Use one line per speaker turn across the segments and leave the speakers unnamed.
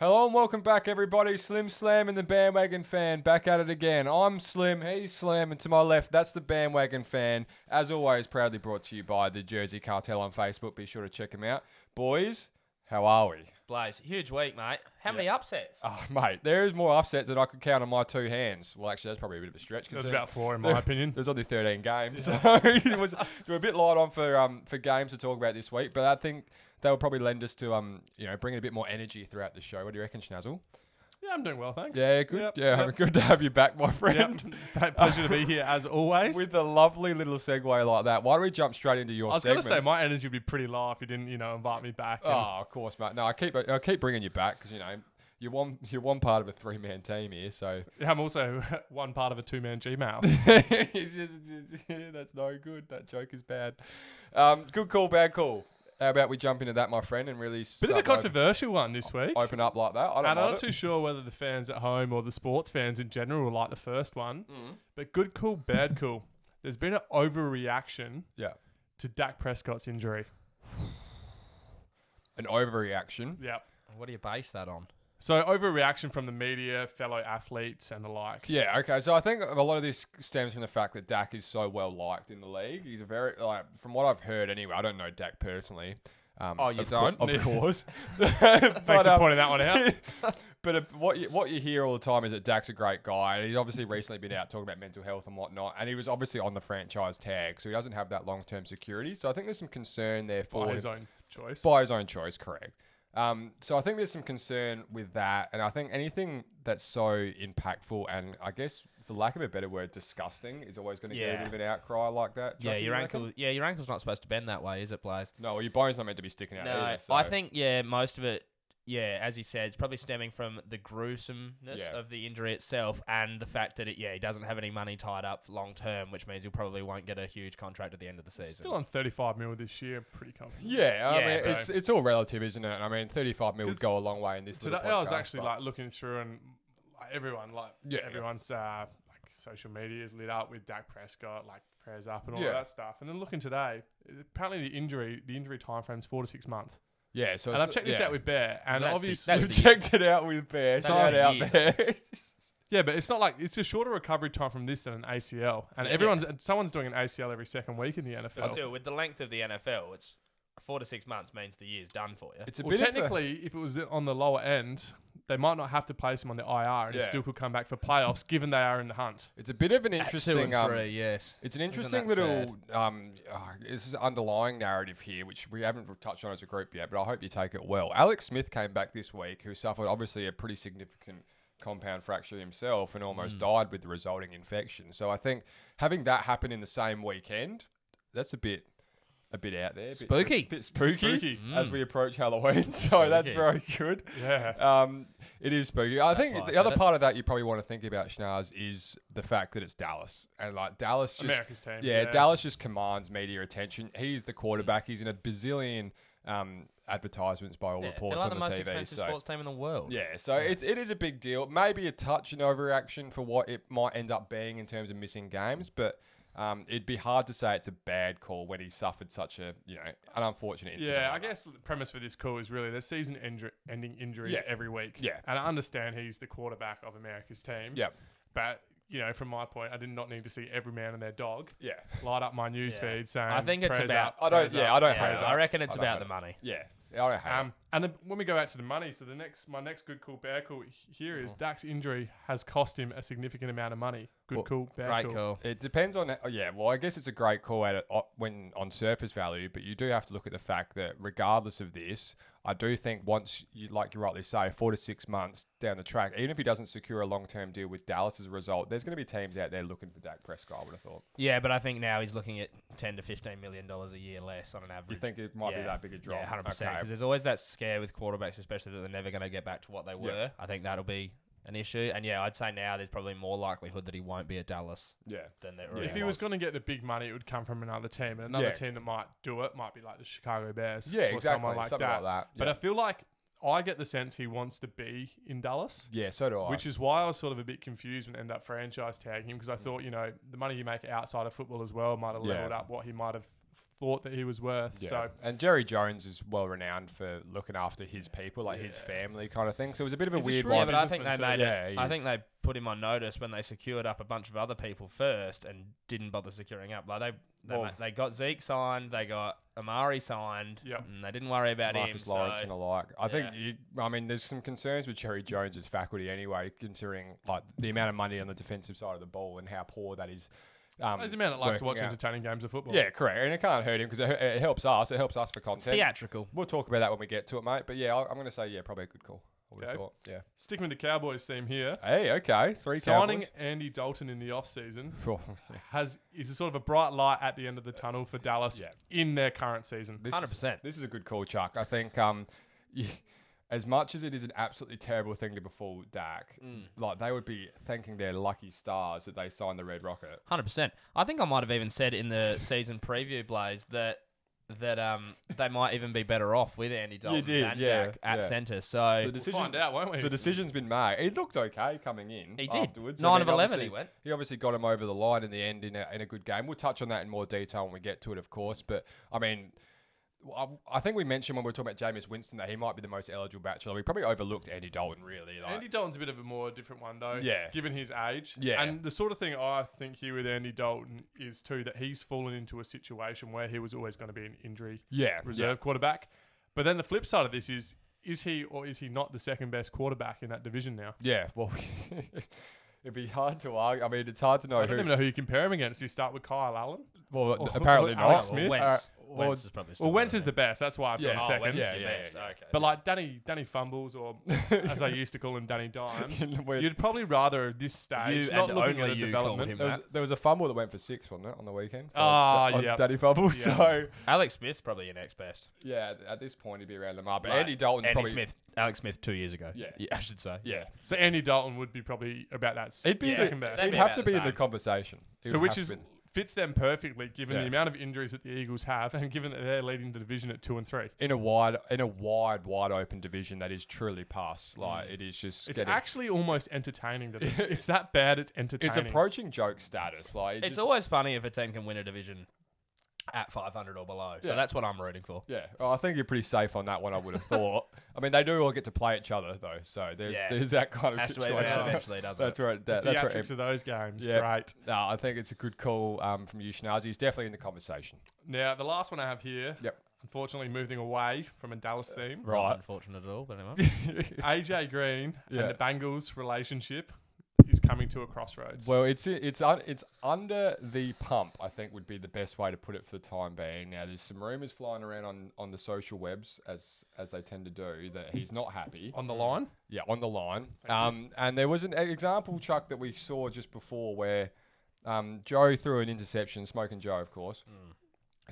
Hello and welcome back, everybody. Slim Slam and the Bandwagon Fan back at it again. I'm Slim, he's Slam, and to my left, that's the Bandwagon Fan. As always, proudly brought to you by the Jersey Cartel on Facebook. Be sure to check him out. Boys, how are we?
Blaze, huge week, mate. How many upsets?
Uh,
Oh, mate, there is more upsets than I could count on my two hands. Well, actually, that's probably a bit of a stretch.
There's
considering-
about four, in my opinion.
There's only 13 games, so it was we're a bit light on for um for games to talk about this week. But I think that will probably lend us to um you know bringing a bit more energy throughout the show. What do you reckon, Schnazzle?
Yeah, I'm doing well, thanks.
Yeah, good.
Yep,
yeah,
yep.
good to have you back, my friend.
Yep. Pleasure to be here as always.
With a lovely little segue like that, why don't we jump straight into your?
I was going to say
segment?
my energy would be pretty low if you didn't, you know, invite me back. and-
Oh, of course, mate. No, I keep I keep bringing you back because you know you're one you're one part of a three man team here, so
I'm also one part of a two-man Gmail.
That's no good. That joke is bad. Um, good call, bad call. How about we jump into that, my friend, and really
Bit of a
start by
controversial one this week.
open up like that? I don't
and I'm
mind
not
it.
too sure whether the fans at home or the sports fans in general will like the first one.
Mm.
But good cool, bad cool. There's been an overreaction
Yeah,
to Dak Prescott's injury.
an overreaction.
Yep.
What do you base that on?
So overreaction from the media, fellow athletes, and the like.
Yeah, okay. So I think a lot of this stems from the fact that Dak is so well liked in the league. He's a very like from what I've heard anyway. I don't know Dak personally. Um,
Oh, you
of
don't?
of course. But,
Thanks for
um,
pointing that one out.
but uh, what you, what you hear all the time is that Dak's a great guy, and he's obviously recently been out talking about mental health and whatnot, and he was obviously on the franchise tag, so he doesn't have that long term security. So I think there's some concern there for
By
him.
his own choice.
by his own choice, correct. Um, so I think there's some concern with that, and I think anything that's so impactful and I guess, for lack of a better word, disgusting is always going to get
Yeah.
a bit of an outcry like that. Do you reckon-
Yeah, your
you reckon?
ankle. Yeah, your ankle's not supposed to bend that way, is it, Blaze?
No, well, your bone's not meant to be sticking out.
No,
either,
I
so-
think yeah, most of it. Yeah, as he said, it's probably stemming from the gruesomeness
Yeah.
of the injury itself and the fact that it yeah he doesn't have any money tied up long term, which means he probably won't get a huge contract at the end of the season.
Still on 35 mil this year, pretty comfortable.
Yeah, I
Yeah,
mean,
bro.
it's it's all relative, isn't it? And I mean, 35 mil would
'Cause
go a long way in this
Today,
little podcast,
I was actually
but-
like looking through and like, everyone, like
Yeah, yeah.
everyone's uh, like social media is lit up with Dak Prescott, like prayers up and all
Yeah.
that stuff. And then looking today, apparently the injury, the injury time frame's four to six months.
yeah, so
And I've checked this out with Bear, and
That's the-
obviously,
that's
We've
the-
checked it out with Bear.
That's
Shout
the
out
year.
Bear.
yeah, but it's not like it's a shorter recovery time from this than an ACL, and
Yeah.
everyone's someone's doing an ACL every second week in the NFL.
But still, with the length of the NFL, it's four to six months means the year's done for you.
It's a
well,
bit of a-
technically, if it was on the lower end, they might not have to place him on the IR, and
Yeah.
he still could come back for playoffs, given they are in the hunt.
it's a bit of an
At two and
interesting um,
three, yes.
It's an
Isn't
interesting
that
little um, uh, this is underlying narrative here, which we haven't touched on as a group yet, but I hope you take it well. Alex Smith came back this week, who suffered obviously a pretty significant compound fracture himself and
Mm.
almost died with the resulting infection. So I think having that happen in the same weekend, that's a bit. A bit out there, a bit-
Spooky. Mm.
bit, spooky,
Spooky.
as we approach Halloween. So that's
Spooky.
very good.
Yeah.
Um, it is spooky. I
why
think
I
the
said
other
it.
part of that you probably want to think about, Schnars, is the fact that it's Dallas and like Dallas just
America's team,
Yeah,
yeah. Mm.
Dallas just commands media attention. He's the quarterback. He's in a bazillion um, advertisements by all reports
they're like
on
the
the,
most
TV.
expensive
So
sports team in the world.
yeah, so it's it is a big deal. Maybe a touch and overreaction for what it might end up being in terms of missing games, but. Um, it'd be hard to say it's a bad call when he suffered such a, you know, an unfortunate incident.
Yeah, I
like that.
guess the premise for this call is really there's season inju- ending injuries
Yeah.
every week.
Yeah.
And I understand he's the quarterback of America's team.
Yeah,
But, you know, from my point, I did not need to see every man and their dog
yeah.
light up my news
Yeah.
feed saying,
I think it's
"Prayers
about-
up,
I don't-
prayers
yeah,
up,
I don't
prayers
hate
up."
I reckon it's
I don't
about the
know.
money.
Yeah, I don't hate
Um, and then when we go out to the money, so the next, my next good call, bad call here
Mm-hmm.
is Dak's injury has cost him a significant amount of money. Good
Well,
call, bad
Great
call.
call.
It depends on, oh, yeah. Well, I guess it's a great call at it o- when on surface value, but you do have to look at the fact that regardless of this, I do think once you, like you rightly say, four to six months down the track, even if he doesn't secure a long-term deal with Dallas as a result, there's going to be teams out there looking for Dak Prescott. I would have thought.
Yeah, but I think now he's looking at ten to fifteen million dollars a year less on an average.
You think it might be that big a drop?
Yeah, hundred percent.
Okay.
Because there's always that scare with quarterbacks, especially that they're never going to get back to what they were. I think that'll be an issue. And yeah, I'd say now there's probably more likelihood that he won't be at Dallas
Yeah.
than there
Yeah.
already
If he was going to get the big money, it would come from another team. And another
Yeah.
team that might do it might be like the Chicago Bears
Yeah,
or
exactly.
someone like
Something
that.
like that.
But
yeah.
I feel like I get the sense he wants to be in Dallas,
yeah, so do I.
which is why I was sort of a bit confused when I ended up franchise tagging him because I thought, you know, the money you make outside of football as well might have
Mm. Yeah.
leveled up what he might have thought that he was worth.
Yeah.
So
and Jerry Jones is well renowned for looking after his people, like his
Yeah.
family kind of thing. So it was a bit of a
He's a
weird
shrewd
Yeah,
one.
but I think they
businessman
made
too. Yeah,
it.
he
I
is.
think they put him on notice when they secured up a bunch of other people first and didn't bother securing up. Like they they,
Well-
ma- they got Zeke signed, they got Amari signed,
Yep.
and they didn't worry about
Marcus
him.
Lawrence
so-
and the like. I think
Yeah.
you, I mean there's some concerns with Cherry Jones's faculty anyway, considering like the amount of money on the defensive side of the ball and how poor that is. Um,
there's a man that likes to watch
working out.
entertaining games of football.
Yeah, correct. And it can't hurt him because it, it helps us. It helps us for
It's
content.
theatrical.
We'll talk about that when we get to it, mate. But yeah, I- I'm going to say yeah, probably a good call. I would have
Okay.
thought. Yeah.
Sticking with the Cowboys theme here,
Hey, okay. Three
signing
Cowboys.
Andy Dalton in the offseason
Cool.
has is a sort of a bright light at the end of the tunnel for Dallas
Yeah.
in their current season.
This-
Hundred percent.
This is a good call, Chuck. I think um, you, as much as it is an absolutely terrible thing to befall Dak,
Mm.
like they would be thanking their lucky stars that they signed the Red Rocket.
Hundred percent. I think I might have even said in the season preview, Blaze, that that um they might even be better off with Andy Dalton
did,
and
yeah,
Dak at
yeah.
centre. So,
So the
We'll find
decision,
out, won't we?
the decision's been made. He looked okay coming in.
He did.
Afterwards.
Nine of
mean,
11 he
obviously-
went.
He obviously got him over the line in the end in a, in a good game. We'll touch on that in more detail when we get to it, of course. But I mean. I I think we mentioned when we were talking about Jameis Winston that he might be the most eligible bachelor. We probably overlooked Andy Dalton, really. Like,
Andy Dalton's a bit of a more different one though.
Yeah.
Given his age.
Yeah.
And the sort of thing I think here with Andy Dalton is too that he's fallen into a situation where he was always going to be an injury
yeah, yeah,
reserve quarterback. But then the flip side of this is is he or is he not the second best quarterback in that division now?
Yeah, well, it'd be hard to argue. I mean, it's hard to know
I don't
Oh, who.
even know who you compare him against. You start with Kyle Allen.
Well,
Or-
apparently
or
not.
Alex Smith?
Wentz.
Uh, well,
Wentz is probably still
Well, Wentz
better
is the best. That's why I've
Yeah.
got
Oh,
than him.
second.
Wentz is
Yeah,
the
yeah,
best.
yeah.
Okay.
But like Danny, Danny fumbles, or as I used to call him, Danny Dimes.
We're-
You'd probably rather at this stage
You
not
and
looking
only
at the
you
development.
called him
there, was,
that.
there was a fumble that went for six, wasn't it, on the weekend? For-
Ah,
on
yeah.
Daddy Fumble.
Yeah.
So,
Alex Smith's probably your next best.
yeah, at- at this point, he'd be around Lamar. But
Like,
Andy Dalton's
Andy
probably.
Smith, Alex Smith, two years ago.
Yeah.
I should say.
Yeah.
So Andy Dalton would be probably about that
It'd be
second
the,
best.
He'd
They'd be
have
about
to
the
be in the
same.
conversation. He
so
would
which
have
is
to be-
fits them perfectly given
Yeah.
the amount of injuries that the Eagles have, and given that they're leading the division at two and three.
in a wide, in a wide, wide open division that is truly past. Like it is just.
Mm. It's
getting-
actually almost entertaining. That it's, it's that bad. It's
It's
entertaining.
approaching joke status. Like
It's
just-
always funny if a team can win a division at 500 or below.
Yeah.
So that's what I'm rooting for.
Yeah, well, I think you're pretty safe on that one. I would have thought. I mean, they do all get to play each other though, so there's
Yeah.
there's that kind of
Has to even
situation.
out eventually, doesn't
that's
it?
right. That, that's right.
theatrics of those games.
Yeah.
Great.
No, I think it's a good call um, from you, Schnazi. He's definitely in the conversation.
Now the last one I have here.
Yep. Uh,
Unfortunately, moving away from a Dallas theme.
It's not
Right.
unfortunate at all, but anyway.
AJ Green
Yeah.
and the Bengals relationship is coming to a crossroads.
Well, it's it's un, it's under the pump. I think would be the best way to put it for the time being. Now, there's some rumors flying around on, on the social webs as as they tend to do that he's not happy.
on the line,
Yeah, on the line. Um, and there was an e- example, Chuck, that we saw just before where um, Joe threw an interception, Smoking Joe, of course,
Hmm.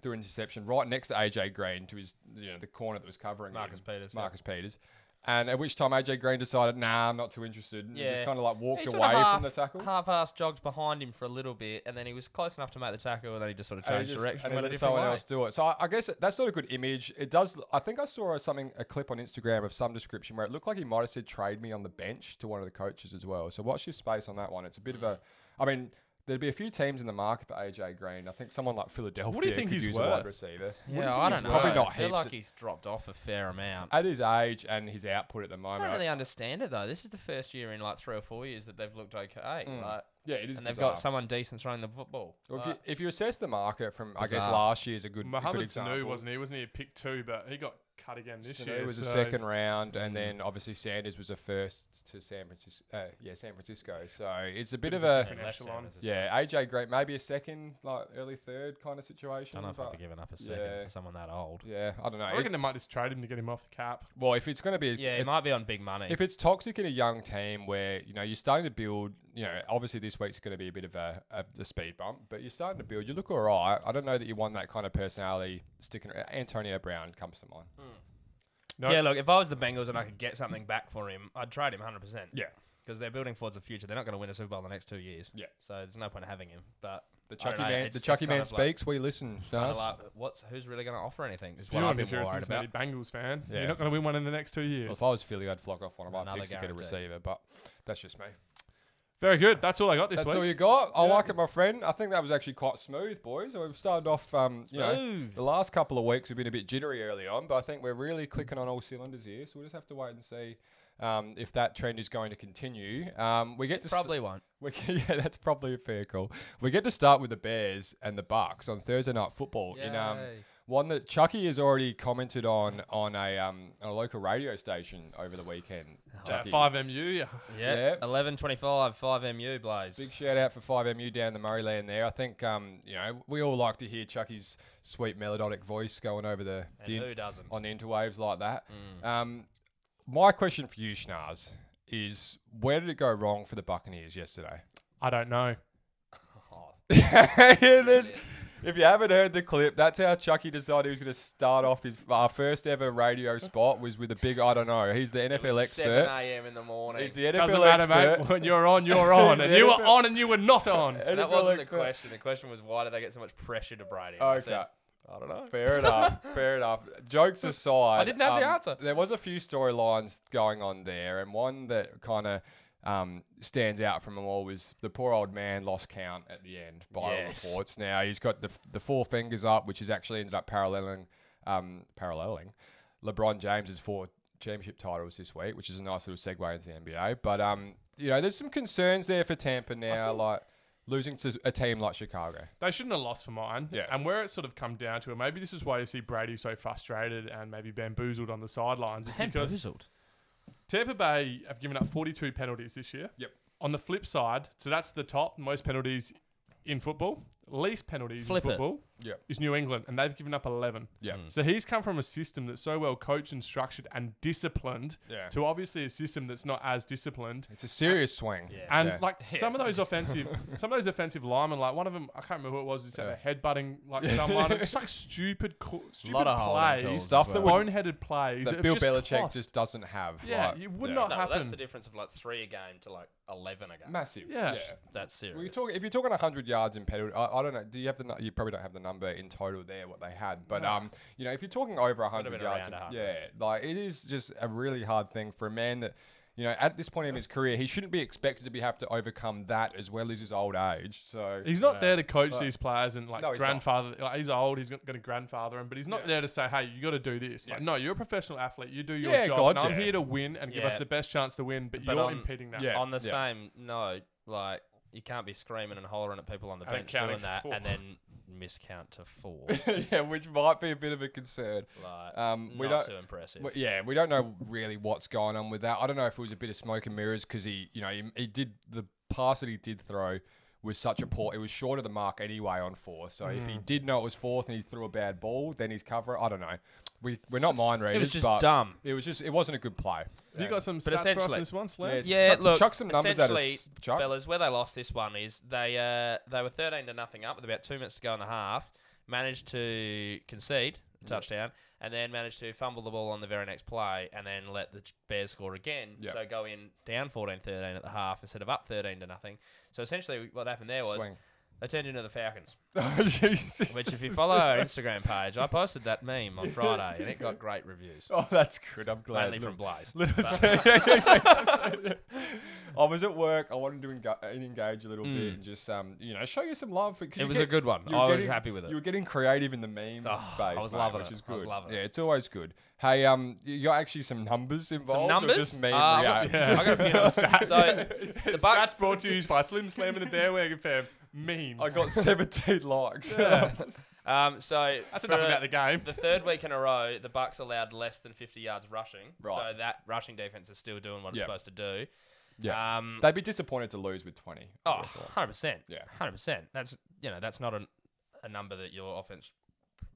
threw an interception right next to AJ Green to his, you know, the corner that was covering
Marcus
him,
Peters, yeah.
Marcus Peters. And at which time AJ Green decided, nah, I'm not too interested. And just
Yeah.
kind of like walked
He sort of
away
half,
from the tackle.
Half-ass jogged behind him for a little bit, and then he was close enough to make the tackle, and then he just sort of
And he
changed
just-
direction
and
and
he
went a
let
different
someone
way.
else do it. So I, I guess that's not a good image. It does. I think I saw something, a clip on Instagram of some description where it looked like he might have said trade me on the bench to one of the coaches as well. So watch your space on that one. It's a bit of a. I mean, there'd be a few teams in the market for AJ Green. I think someone like Philadelphia.
think
could
he's
use a wide
worth?
receiver.
Yeah, I don't know.
Probably not
I feel
heaps.
like he's dropped off a fair amount.
at his age and his output at the
I
moment.
don't really understand it though. This is the first year in like three or four years that they've looked okay,
Mm.
like,
yeah, it is.
and they've
bizarre.
got someone decent throwing the football.
Well, if, you, uh,
Like,
if you assess the market from, I guess
Bizarre.
last year's a good, a good
Mohamed
example.
Sanu wasn't he? Wasn't he a pick two? But he got cut again this
Sanu
year.
was a
so-
second round,
mm.
and then obviously Sanders was a first to San Francisco. Uh, yeah, San Francisco. So it's a bit, of a
different
left
echelon.
handers as well.
yeah. AJ Great, maybe a second, like early third kind of situation.
Don't know if I'd
but-
be giving up a second
yeah.
for someone that old.
yeah, I don't know.
I
It's-
reckon they might just trade him to get him off the cap.
well, if it's going to be, a-
Yeah,
a-
he might be on big money.
if it's toxic in a young team where you know you're starting to build, you know, obviously this week's going to be a bit of a, a, a speed bump, but you're starting to build. You look all right. I don't know that you want that kind of personality sticking. around. Antonio Brown comes to mind.
No.
Yeah, look, if I was the Bengals and I could get something back for him, I'd trade him 100%.
Yeah.
Because they're building towards the future. They're not going to win a Super Bowl in the next two years.
Yeah.
So there's no point in having him. But
The
I don't
Chucky
know,
man,
it's-
the
it's
Chucky
kind
man
of like-
speaks. we listen.
I
Shaz.
don't like, what's who's really going to offer anything? Is
It's
what I've
Viewing
been
if you're a
worried
Cincinnati
about.
Bengals fan,
Yeah.
you're not going to win one in the next two
Well,
years.
if I was Philly, I'd flock off one of my
Another
picks to get a
guarantee.
receiver, but that's just me.
Very good. That's all I got this
That's
week.
all you got. I
Yeah.
like it, my friend. I think that was actually quite smooth, boys. We've started off, um, you know,
Smooth.
the last couple of weeks we've been a bit jittery early on, but I think we're really clicking on all cylinders here. So we'll just have to wait and see um, if that trend is going to continue. Um, we get to st-
Probably won't.
we can, yeah, that's probably a fair call. We get to start with the Bears and the Bucks on Thursday night football in um,
Yay.
one that Chucky has already commented on on a um, on a local radio station over the weekend.
uh,
Chucky.
Five MU. Yeah.
Yeah.
Yep.
Eleven twenty-five. Five MU Blaze.
Big shout out for 5MU down the Murrayland there. I think, um, you know, we all like to hear Chucky's sweet melodic voice going over the,
and
the
who Mm. doesn't?
on the interwaves like that. Um, my question for you, Schnars, is where did it go wrong for the Buccaneers yesterday?
I don't know.
Oh,
Yeah, that's- if you haven't heard the clip, that's how Chucky decided he was going to start off his our first ever radio spot was with a big I don't know. He's the
it
NFL
was Seven
expert.
a.m. in the morning.
He's the NFL
Doesn't matter,
expert.
mate. When you're on, you're on. and you were on and you were not on.
NFL
that wasn't
expert.
the question. The question was why did they get so much pressure to Brady? And I said,
Okay.
I don't know.
Fair enough. Fair enough. Jokes aside, um,
I didn't have the answer.
There was a few storylines going on there, and one that kind of um, stands out from them all was the poor old man lost count at the end by all
Yes.
reports. Now he's got the the four fingers up, which has actually ended up paralleling um, paralleling LeBron James's four championship titles this week, which is a nice little segue into the NBA. But um, you know, there's some concerns there for Tampa now, like losing to a team like Chicago.
They shouldn't have lost for mine.
Yeah.
And where it's sort of come down to, and maybe this is why you see Brady so frustrated and maybe bamboozled on the sidelines, is because
Bamboozled.
Tampa Bay have given up 42 penalties this year.
Yep.
On the flip side, so that's the top most penalties in football. Least penalties
Flip it.
in football
Yep. Mm.
is New England, and they've given up 11.
Yeah.
So he's come from a system that's so well coached and structured and disciplined
Yeah.
to obviously a system that's not as disciplined.
It's a serious swing.
Yeah.
And
Yeah.
like
Yeah.
some of those offensive, some of those offensive linemen, like one of them, I can't remember who it was, just had
Yeah.
a headbutting like someone. It's like stupid, co- stupid
of holding
plays,
calls
Stuff
as
that
well.
would-
boneheaded plays.
that
have
Bill
just
Belichick
cost.
just doesn't have.
Yeah,
like,
you would
yeah.
not
No, that's
happen.
the difference of like three a game to like eleven a game.
massive.
Yeah.
That's serious.
Well, you're talking, if you're talking 100 yards in penalty, I, I don't know. Do you have the? nu- You probably don't have the number in total there what they had, but um, you know, if you're talking over 100
been
yards,
around
in-
100.
yeah, like it is just a really hard thing for a man that, you know, at this point in his career, he shouldn't be expected to be have to overcome that as well as his old age. So
He's not
Yeah.
there to coach
But-
these players and like
No, he's not.
grandfather. Like, he's old. He's going to grandfather him, but he's not
Yeah.
there to say, "Hey, you got to do this." Like,
Yeah.
no, you're a professional athlete. You do your
Yeah,
job.
God,
and I'm
yeah.
here to win and give
Yeah.
us the best chance to win. But,
But
you're
on-
impeding that.
yeah.
on the
yeah.
same note, like you can't be screaming and hollering at people on the
And then
bench
counting
doing that
four.
and then miscount to four.
yeah, which might be a bit of a concern.
like
Um, we
not
don't.
too impressive.
Well, yeah, we don't know really what's going on with that. I don't know if it was a bit of smoke and mirrors because he, you know, he, he did the pass that he did throw was such a poor. It was short of the mark anyway on fourth. So if he
Mm.
did know it was fourth and he threw a bad ball, then he's cover. I don't know. We we're not mind readers,
it was just
but
dumb.
it was just it wasn't a good play.
Have you got some
But
stats for us
essentially-
in this one, Slam?
Yeah.
Yeah,
Chuck-
look,
chuck some numbers at us,
essentially,
Chuck.
fellas, where they lost this one is they uh, they were 13 to nothing up with about two minutes to go in the half, managed to concede a touchdown, and then managed to fumble the ball on the very next play, and then let the Ch- Bears score again.
Yeah.
So go in down 14-13 at the half instead of up 13 to nothing. So essentially, what happened there was
Swing.
they turned into the Falcons.
Oh, Jesus.
Which, if you follow our Instagram page, I posted that meme on Friday, and it got great reviews,
oh, that's good. I'm glad.
mainly from Blaze.
Little I was at work. I wanted to enga- engage a little bit and just, um, you know, show you some love. Because
Mm. It
you
was
get-
a good one.
you were
I was
getting-
happy with it.
You were getting creative in the meme
Oh,
space.
I was
mate,
loving
which
it.
is
I
good.
was loving it.
Yeah, it's always good. Hey, um, you got actually some numbers involved.
numbers?
Or just meme
Uh, I've got
react?
some- I've got a few numbers. So, the Bucks-
stats brought to you by Slim Slam and the Bearwagon Fam memes.
I got 17 likes.
Um, so
That's
for
enough about the game.
the third week in a row, the Bucks allowed less than 50 yards rushing.
Right.
So that rushing defense is still doing what
Yeah.
it's supposed to do.
Yeah.
Um,
They'd be disappointed to lose with 20. I
oh,
would've thought.
100%.
Yeah.
100%. That's, you know, that's not a, a number that your offense,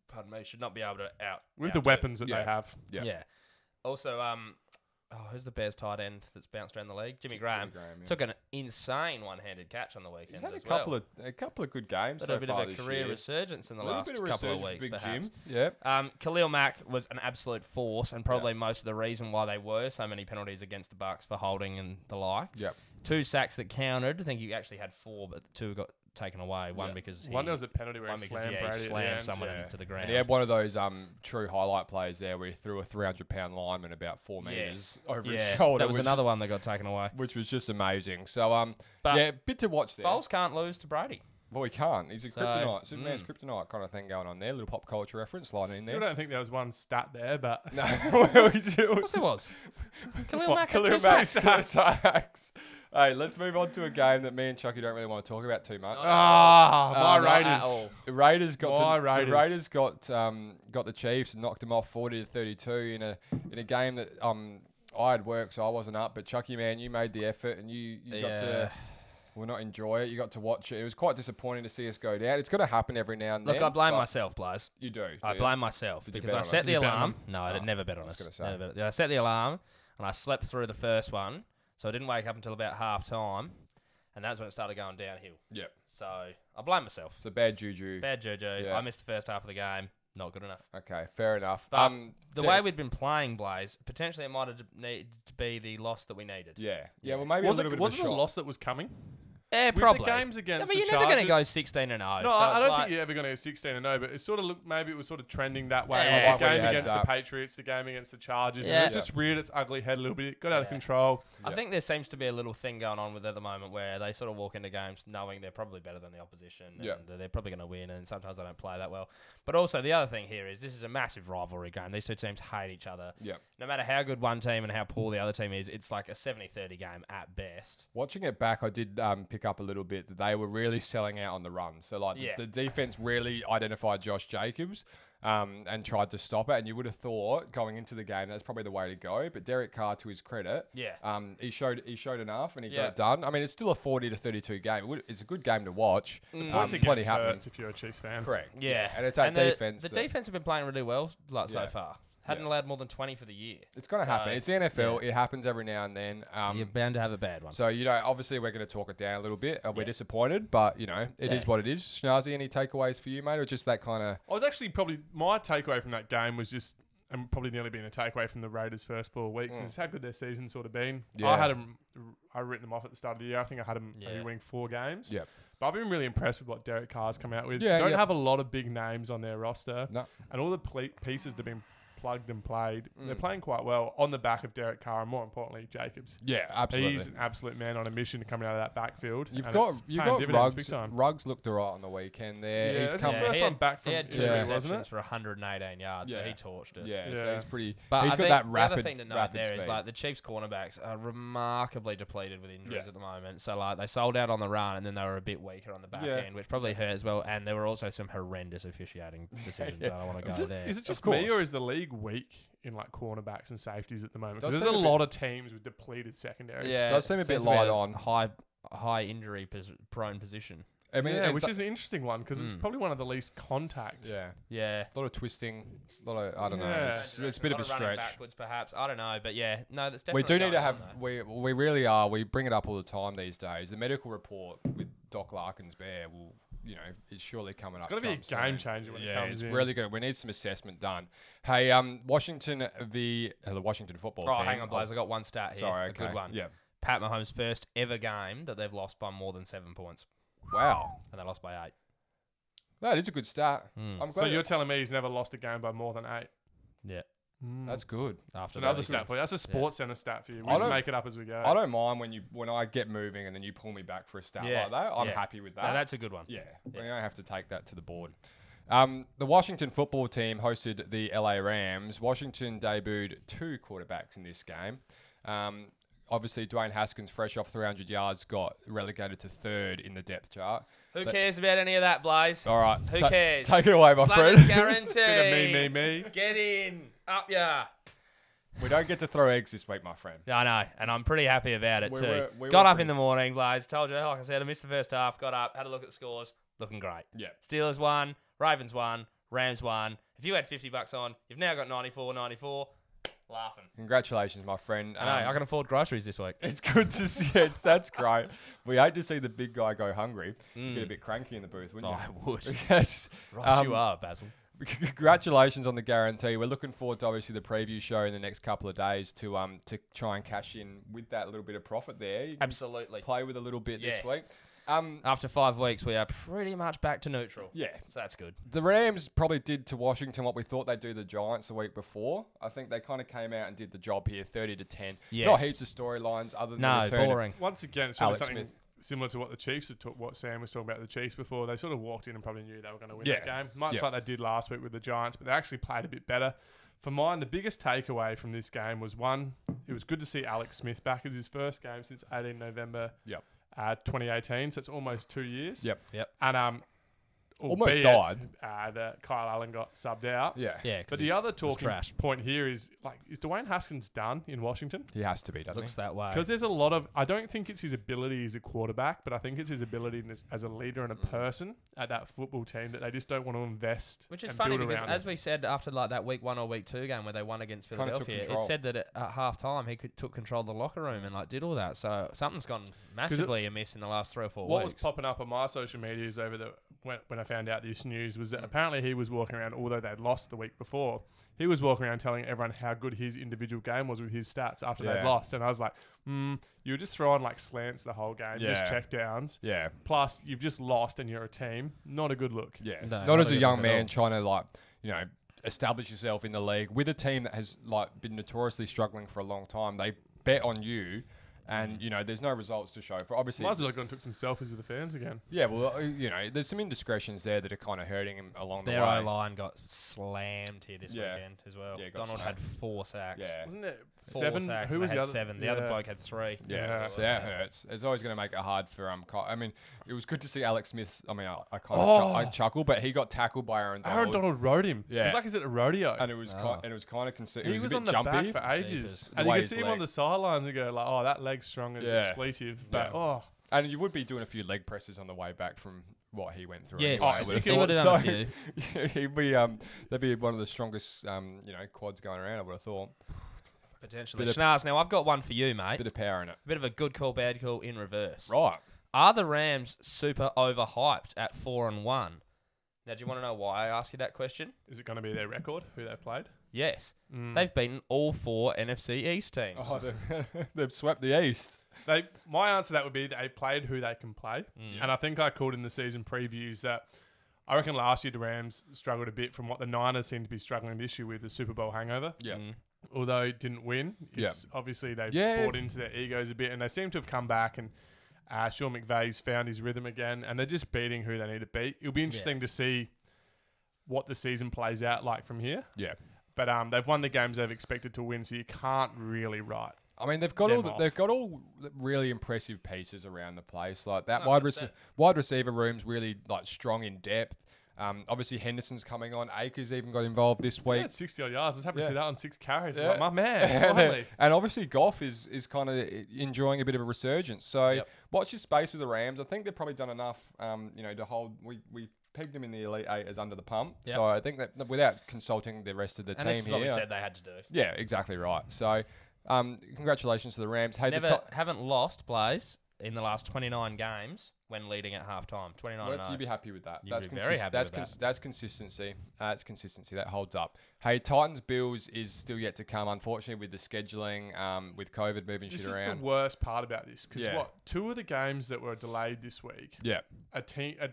pardon me, should not be able to out.
With
out
the
do.
weapons that
Yeah.
they have.
Yeah.
Yeah. Also, um, oh, who's the Bears tight end that's bounced around the league? Jimmy Graham.
Graham, yeah.
Took an insane one-handed catch on the weekend
He's had a
as well.
couple of a couple of good games.
But
so
a bit
far
of a
this
career
year.
resurgence in the
Little
last
bit of
couple of
resurgence, Big
weeks, perhaps.
Jim. Yeah.
Um, Khalil Mack was an absolute force, and probably most of the reason why they were so many penalties against the Bucks for holding and the like.
Yeah.
two sacks that counted. I think he actually had four, but two got taken away. One
Yeah.
because he,
One there was a penalty where
one
he
because
slammed
yeah,
Brady.
he
at the
slammed
end.
someone
yeah.
into the
And
ground.
he had one of those um, true highlight plays there where he threw a 300 pound lineman about four meters over his
yeah,
shoulder.
that was
which
another one that got taken away.
which was just amazing. So um,
But-
yeah, bit to watch there.
Foles can't lose to Brady.
Well, he can't. He's a
So,
kryptonite. Superman's
mm.
kryptonite kind of thing going on there. Little pop culture reference line in
Still
there.
don't think there was one stat there, but
No, well, he
Of course there was. Khalil
What,
Mack had
Khalil
two
Mack,
sacks.
two sacks. Hey, let's move on to a game that me and Chucky don't really want to talk about too
Oh,
much.
ah,
Um,
my
not at
Raiders.
all.
The Raiders got
My
to,
Raiders.
The Raiders got um, got the Chiefs and knocked them off forty to thirty two in a in a game that um I had work so I wasn't up. But Chucky man, you made the effort and you, you got
Yeah.
to well not enjoy it. You got to watch it. It was quite disappointing to see us go down. It's going to happen every now and
Look,
then.
I blame
but
myself, Blaze.
You do.
I
do you?
blame myself
Did you
because
bet
I
on us?
set
Did
the
you bet on
alarm. No, I
Oh,
did never bet on
was
us.
gonna say.
Never bet- I set the alarm and I slept through the first one, so I didn't wake up until about half time, and that's when it started going downhill.
Yep.
So I blame myself.
So bad juju.
Bad Jojo.
Yeah.
I missed the first half of the game. Not good enough.
Okay, fair enough.
But
um,
The
Dan-
way we'd been playing Blaze, potentially it might have needed to be the loss that we needed.
yeah, yeah. Well, maybe
was
a little
it
bit
was
of
it
a
a
shot.
loss that was coming?
Yeah,
With
Eh, probably.
the games
I
against
mean, you're
the
never going to go
Chargers-
16 and 0.
No,
so
I, I
it's
don't
like,
think you're ever going to go 16 and 0, but it sort of looked maybe it was sort of trending that way.
Yeah.
Like the
Halfway
game
heads
against
up.
the Patriots, the game against the Chargers.
Yeah.
And it's
Yeah.
just reared its ugly head a little bit. It got out of
Yeah.
control.
I
Yeah.
think there seems to be a little thing going on with it at the moment where they sort of walk into games knowing they're probably better than the opposition and
Yeah.
that they're probably going to win, and sometimes they don't play that well. But also, the other thing here is this is a massive rivalry game. These two teams hate each other.
Yep.
No matter how good one team and how poor the other team is, it's like a 70 30 game at best.
Watching it back, I did um, pick up a little bit that they were really selling out on the run. So, like, the-
Yeah.
the, defense really identified Josh Jacobs um, and tried to stop it. And you would have thought going into the game that's probably the way to go. But Derek Carr, to his credit,
Yeah.
um, he showed he showed enough and he
Yeah.
got it done. I mean, it's still a forty to thirty two game. It would- It's a good game to watch.
Mm.
Um,
Points
plenty
against
happening.
hurts if you're a Chiefs fan.
Correct.
Yeah.
and it's that
the,
defense.
The
that-
defense have been playing really well like, so
Yeah.
far. Hadn't
Yeah.
allowed more than 20 for the year.
it's going to happen.
So,
It's the NFL. It happens every now and then. Um,
You're bound to have a bad one.
So you know, obviously we're going to talk it down a little bit. Uh, we're
Yeah.
disappointed, but you know, it is
Yeah.
what it is. Schnazzy, any takeaways for you, mate, or just that kind of?
I was actually probably my takeaway from that game was just and probably nearly been a takeaway from the Raiders' first four weeks is how good their season sort of been. I
Mm. Yeah.
had them, I written them off at the start of the year. I think I had them
Yeah.
maybe winning four games.
Yep.
But I've been really impressed with what Derek Carr's come out with.
Yeah,
Don't
yeah.
have a lot of big names on their roster,
No.
and all the ple- pieces that've been plugged and played. They're
Mm.
playing quite well on the back of Derek Carr, and more importantly, Jacobs.
Yeah, absolutely.
He's an absolute man on a mission coming out of that backfield.
you've
and
got
it's
you've
paying
got
dividends
rugs.
big time.
Rugs looked alright on the weekend. There,
Yeah,
he's
that's
come.
his first
he
one
had-
back from
He had two
Yeah.
injury, wasn't it?
receptions for 118 yards,
Yeah.
so he torched us.
Yeah, so
Yeah.
he's pretty.
But
he's got
I think
that
the
rapid.
other thing to note
rapid
there is
speed.
like the Chiefs' cornerbacks are remarkably depleted with injuries
Yeah.
at the moment. So like they sold out on the run, and then they were a bit weaker on the back
Yeah.
end, which probably hurt as well. And there were also some horrendous officiating decisions. I don't want to
Is
go
it-
there.
is it
Of
just me,
course.
or is the league weak in like cornerbacks and safeties at the moment? 'Cause
Does
there's a
seem a
lot of teams with depleted secondaries.
yeah,
does seem a
it
bit
seems to be
light
a
on.
high high injury pos- prone position.
I mean,
Yeah,
it's
which
like-
is an interesting one because it's
Mm.
probably one of the least contact.
yeah,
Yeah.
a lot of twisting, a lot of I don't know.
Yeah.
It's, it's a bit of a
lot running
stretch.
Backwards, perhaps. I don't know, but yeah, no, that's
We
definitely.
do need to
going on,
have
though.
we we really are. We bring it up all the time these days. The medical report with Doc Larkin's bear will you know is surely coming
It's
up.
got to be a
trump soon.
game changer when
yeah,
it comes
it's
in.
really good. We need some assessment done. Hey, um, Washington, the uh, the Washington football
Oh,
team.
hang on, Blaze.
oh,
I got one stat here.
Sorry,
a
okay.
good one.
Yeah.
Pat Mahomes' first ever game that they've lost by more than seven points,
Wow,
and they lost by eight.
that is a good start.
Mm.
I'm glad.
so you're telling me he's never lost a game by more than eight?
Yeah.
Mm.
that's good.
That's
After
another
that.
stat for you. That's a sports center stat for you.
I
We just
don't-
make it up as we go.
I don't mind when you when I get moving and then you pull me back for a start
Yeah,
like that. I'm
yeah.
happy with that.
Now, that's a good one.
Yeah,
Yeah.
we don't have to take that to the board. Um, the Washington football team hosted the LA Rams. Washington debuted two quarterbacks in this game. Um, obviously, Dwayne Haskins, fresh off 300 yards, got relegated to third in the depth chart.
Who
That-
cares about any of that, Blaze?
All right,
Who
ta-
cares?
Take it away, my
Slayton's
friend.
guaranteed.
Bit of me, me, me.
Get in. Up ya.
we don't get to throw eggs this week, my friend.
I know, and I'm pretty happy about it
We
too.
were- we
got
were
up in
pretty-
the morning, Blaze. Told you, like I said, I missed the first half. Got up, had a look at the scores. Looking great.
Yeah.
Steelers won, Ravens won, Rams won. If you had 50 bucks on, you've now got 94, 94. Laughing.
Congratulations, my friend.
I know, I
Um,
can afford groceries this week.
It's good to see. It's, that's great. We hate to see the big guy go hungry. Get a bit cranky in the booth,
Mm. Oh,
wouldn't
I would.
you? yes.
Right,
Um,
you are, Basil.
Congratulations on the guarantee. We're looking forward to obviously the preview show in the next couple of days to um to try and cash in with that little bit of profit there. You can
Absolutely.
play with a little bit
Yes.
this week. Um,
After five weeks, we are pretty much back to neutral.
yeah,
So that's good.
the Rams probably did to Washington what we thought they'd do the Giants the week before. I think they kind of came out and did the job here, thirty to ten.
Yes.
Not heaps of storylines other than the
No,
return of-
boring.
Once again, it's really
Alex
something
Smith.
similar to what the Chiefs, had talk, what Sam was talking about the Chiefs before. They sort of walked in and probably knew they were going to win that
Yeah.
game, much
Yeah.
like they did last week with the Giants, but they actually played a bit better. For mine, the biggest takeaway from this game was one, it was good to see Alex Smith back as his first game since 18 November
Yep.
uh, 2018, so it's almost two years.
Yep.
Yep.
And um,
Almost
albeit,
died.
Uh, that Kyle Allen got subbed out.
Yeah.
Yeah. 'cause
But
he
the other talking
trash.
point here is like, is Dwayne Haskins done in Washington?
He has to be, doesn't
looks that way.
Because there's a lot of, I don't think it's his ability as a quarterback, but I think it's his ability as, as a leader and a person at that football team that they just don't want to invest.
Which is
and
funny
build
because,
around
as
him.
we said after like that week one or week two game where they won against
Kinda took
Philadelphia, it
control.
said that at, at half time he could, took control of the locker room and like did all that. So something's gone massively amiss in the last three or four
What was
weeks.
popping up on my social medias over the when, when I found out this news was that apparently he was walking around, although they'd lost the week before, he was walking around telling everyone how good his individual game was with his stats after they'd
Yeah.
lost. And I was like, hmm, you were just throwing like slants the whole game,
Yeah.
just check downs.
he? Yeah.
Plus, you've just lost and you're a team. Not a good look.
Yeah.
No,
not,
not
as
a
a
good
young
look at
man
all.
trying to like, you know, establish yourself in the league with a team that has like been notoriously struggling for a long time. They bet on you and you know, there's no results to show for obviously
Mm. Might as well have gone and took some selfies with the fans again.
Yeah, well, uh, you know, there's some indiscretions there that are kind of hurting him along the
Their
way.
O line got slammed here this
Yeah.
weekend as well.
Yeah, got
Donald
smacked.
had four sacks.
Yeah.
Wasn't it
Four
seven?
sacks.
Who
and
was
they
the
had
other
seven? The other
yeah.
bloke had three.
Yeah,
Yeah.
so that hurts. It's always going to make it hard for um. Ky- I mean, it was good to see Alex Smith's. I mean, I, I kind of
Oh.
I chuckle, but he got tackled by Aaron Donald,
Aaron Donald rode him.
Yeah.
Yeah. It's like he's at a rodeo.
and it was ki-
Oh.
and it was kind of concerning.
he was,
a
on
bit
the
jumpy.
back for ages.
Jesus.
The
And you
way
can
his
see him
leg-
on the sidelines and go like, oh, that leg's strong as
Yeah.
expletive. But,
Yeah.
oh.
and you would be doing a few leg presses on the way back from what he went through.
Yes.
anyway, I
Oh,
would
you
have
can
thought.
would've done a
So, he'd be um. That'd be one of the strongest um. You know, quads going around. I would have thought.
Potentially.
Bit of-
Schnars, now I've got one for you, mate.
Bit of power in it.
A bit of a good call, bad call in reverse.
Right.
Are the Rams super overhyped at four and one? Now, do you want to know why I ask you that question?
Is it going to be their record, who they've played?
Yes,
Mm.
they've beaten all four NFC East teams.
Oh, they've, they've swept the East.
They, my answer to that would be they played who they can play,
Mm.
and I think I called in the season previews that I reckon last year the Rams struggled a bit from what the Niners seem to be struggling this year with the Super Bowl hangover.
Yeah.
Mm.
although it didn't win,
Yeah.
it's obviously they've
Yeah.
bought into their egos a bit, and they seem to have come back. And uh, Sean McVay's found his rhythm again, and they're just beating who they need to beat. It'll be interesting to see what the season plays out like from here.
Yeah.
But um, they've won the games they've expected to win, so you can't really write.
I mean, they've got all
them
the,
off.
they've got all the really impressive pieces around the place. Like that
No,
wide
that's
rece-
it.
wide receiver room's really like strong in depth. Um, obviously Henderson's coming on. Akers even got involved this
Yeah,
week.
it's sixty odd yards. I was happy
Yeah.
to see that on six carries. It's
Yeah.
like, my man,
and, uh,
finally.
and obviously Goff is is kind of enjoying a bit of a resurgence. So
Yep.
watch your space with the Rams. I think they've probably done enough. Um, you know, to hold we we pegged them in the elite eight as under the pump.
Yep.
So I think that without consulting the rest of the
And
team
this is
here,
what we said they had to do.
yeah, exactly right. So. Um, congratulations to the Rams. Hey,
Never
the top,
haven't lost Blaze in the last 29 games when leading at halftime. 29
Well,
and
You'd be
oh.
happy with that.
You'd
that's
be very
consis-
happy
that's
with
cons- that's consistency. That's consistency. That holds up. Hey, Titans Bills is still yet to come. Unfortunately, with the scheduling, um, with COVID moving
This
shit
is
around.
the worst part about this because
Yeah.
what two of the games that were delayed this week
yeah,
a team a,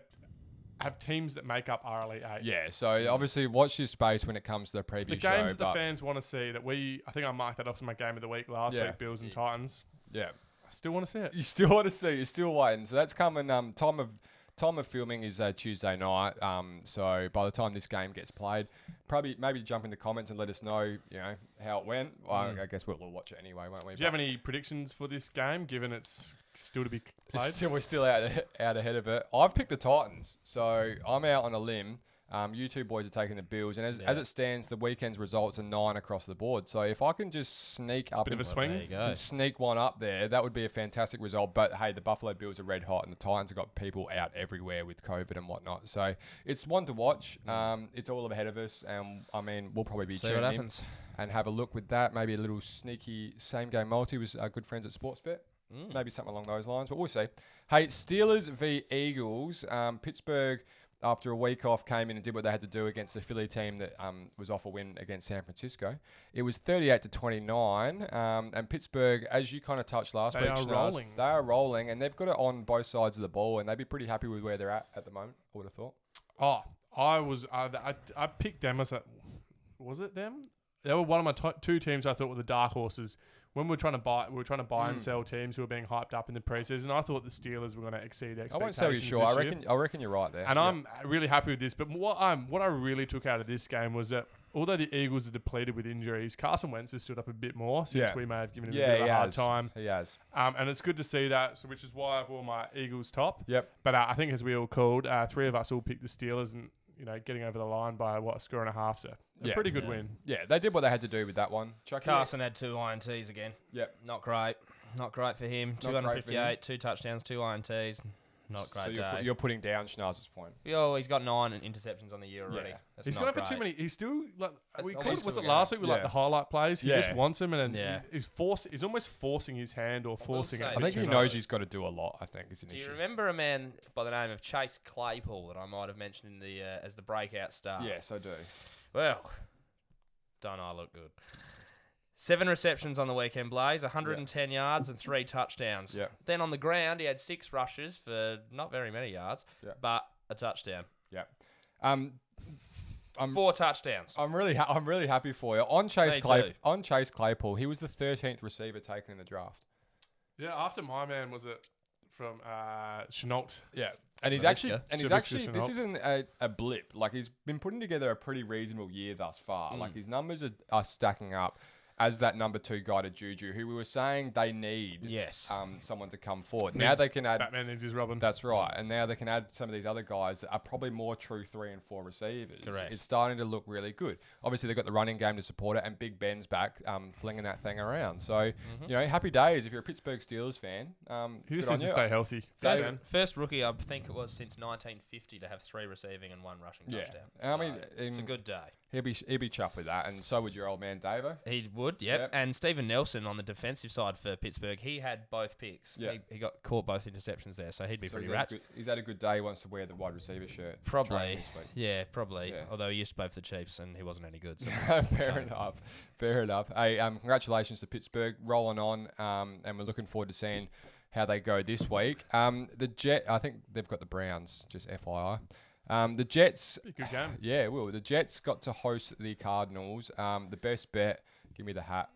have teams that make up E RLE eight.
yeah. So obviously, watch this space when it comes to the preview
the
show.
games that the
but
fans want to see that we I think I marked that off in my game of the week last
Yeah.
week, Bills and
Yeah.
Titans.
yeah,
I still want to see it.
you still want to see. You're still waiting. So that's coming. Um, time of time of filming is uh, Tuesday night. Um, so by the time this game gets played, probably maybe jump in the comments and let us know. You know how it went. Well, I- I guess we'll, we'll watch it anyway, won't we?
Mm. Do you have
But-
any predictions for this game given it's still to be
It's
played?
Still, we're still out, ahe- out ahead of it. I've picked the Titans, so I'm out on a limb. Um, you two boys are taking the Bills, and as, as
Yeah.
it stands, the weekend's results are nine across the board. So if I can just sneak up
bit of
and,
a swing.
There you go.
and sneak one up there, that would be a fantastic result. But hey, the Buffalo Bills are red hot, and the Titans have got people out everywhere with COVID and whatnot. So it's one to watch. Um, it's all ahead of us, and I mean, we'll probably be
Mm. See
tuning
what
in
happens.
and have a look with that. Maybe a little sneaky same game multi with our good friends at Sportsbet.
Mm.
Maybe something along those lines, but we'll see. Hey, Steelers v Eagles. Um, Pittsburgh after a week off, came in and did what they had to do against the Philly team that um, was off a win against San Francisco. It was 38 to 29, um, and Pittsburgh, as you kind of touched last
They
week,
are
Shnaz,
rolling.
They are rolling, and they've got it on both sides of the ball, and they'd be pretty happy with where they're at at the moment. I would have thought.
Oh, I was I I, I picked them as a was it them? They were one of my t- two teams I thought were the dark horses. When we were trying to buy, we were trying to buy
Mm.
and sell teams who were being hyped up in the preseason. I thought the Steelers were going to exceed expectations.
I won't sell you
this
sure. I
year.
reckon. I reckon you're right there.
And
Yeah.
I'm really happy with this. But what I'm what I really took out of this game was that although the Eagles are depleted with injuries, Carson Wentz has stood up a bit more since
Yeah.
we may have given him a
yeah,
bit of
he
a hard
has.
time.
He has.
Um, and it's good to see that, so, which is why I've worn my Eagles top.
Yep.
But uh, I think, as we all called, uh, three of us all picked the Steelers and, you know, getting over the line by, what, a score and a half, so a
Yeah.
pretty good
Yeah.
win.
Yeah, they did what they had to do with that one. Chucky.
Carson had two INTs again.
Yep.
Not great. Not great for him.
Not great for
258, two touchdowns, two INTs. Not great
So you're,
day.
pu- you're putting down Schnauzer's point.
Oh, he's got nine interceptions on the year already.
Yeah.
That's
He's
not
going for too
great.
many. He's still, like,
That's
we
almost
called, was
still
it
going.
last week with, like,
Yeah.
the highlight plays? He just
Yeah.
wants him and then
Yeah.
he's, force, he's almost forcing his hand or forcing
say
it.
I think
that-
he
Sure.
knows he's got to do a lot. I think is an
Do you
issue.
remember a man by the name of Chase Claypool that I might have mentioned in the uh, as the breakout star?
Yes, I do.
Well, don't I look good? Seven receptions on the weekend, Blaze, 110 yards and three touchdowns.
Yeah.
Then on the ground, he had six rushes for not very many yards,
Yeah.
but a touchdown.
Yeah. Um, I'm-
Four touchdowns.
Um, I'm really, ha- I'm really happy for you. On Chase
Me
Clay,
too.
on Chase Claypool, he was the 13th receiver taken in the draft.
Yeah, after my man, was it from uh, Chenault?
Yeah, and he's
Nice,
actually,
yeah.
and he's
Should be
actually,
switching
this
up.
isn't a, a blip. Like he's been putting together a pretty reasonable year thus far.
Hmm.
Like his numbers are, are stacking up as that number two guy to Juju, who we were saying they need,
Yes.
um, someone to come forward. Now they can add
Batman needs his Robin.
That's right. And now they can add some of these other guys that are probably more true three and four receivers.
Correct.
It's starting to look really good. Obviously, they've got the running game to support it, and Big Ben's back um, flinging that thing around. So,
Mm-hmm.
you know, happy days if you're a Pittsburgh Steelers fan. Um,
he just
good
needs to
on you.
stay healthy.
That's-
First,
Batman.
first rookie, I think it was since 1950, to have three receiving and one rushing
Yeah.
touchdown.
And I mean,
So, it's a
in-
good day.
He'll be, he'll be chuffed with that, and so would your old man, Davo.
He would, yep.
Yep.
And Stephen Nelson on the defensive side for Pittsburgh, he had both picks.
Yeah.
He, he got caught both interceptions there, so he'd be
So
pretty
he's, had a
wrapped.
good, he's had a good day. He wants to wear the wide receiver shirt.
Probably.
this week.
Yeah, probably.
Yeah.
Although he used to play for the Chiefs and he wasn't any good. So
Fair enough. Fair enough. Hey, um, congratulations to Pittsburgh rolling on, um, and we're looking forward to seeing how they go this week. Um, the Jet, I think they've got the Browns. Just FYI, um, the Jets.
Be a Good game.
Yeah, well, the Jets got to host the Cardinals. Um, the best bet. Give me the hat.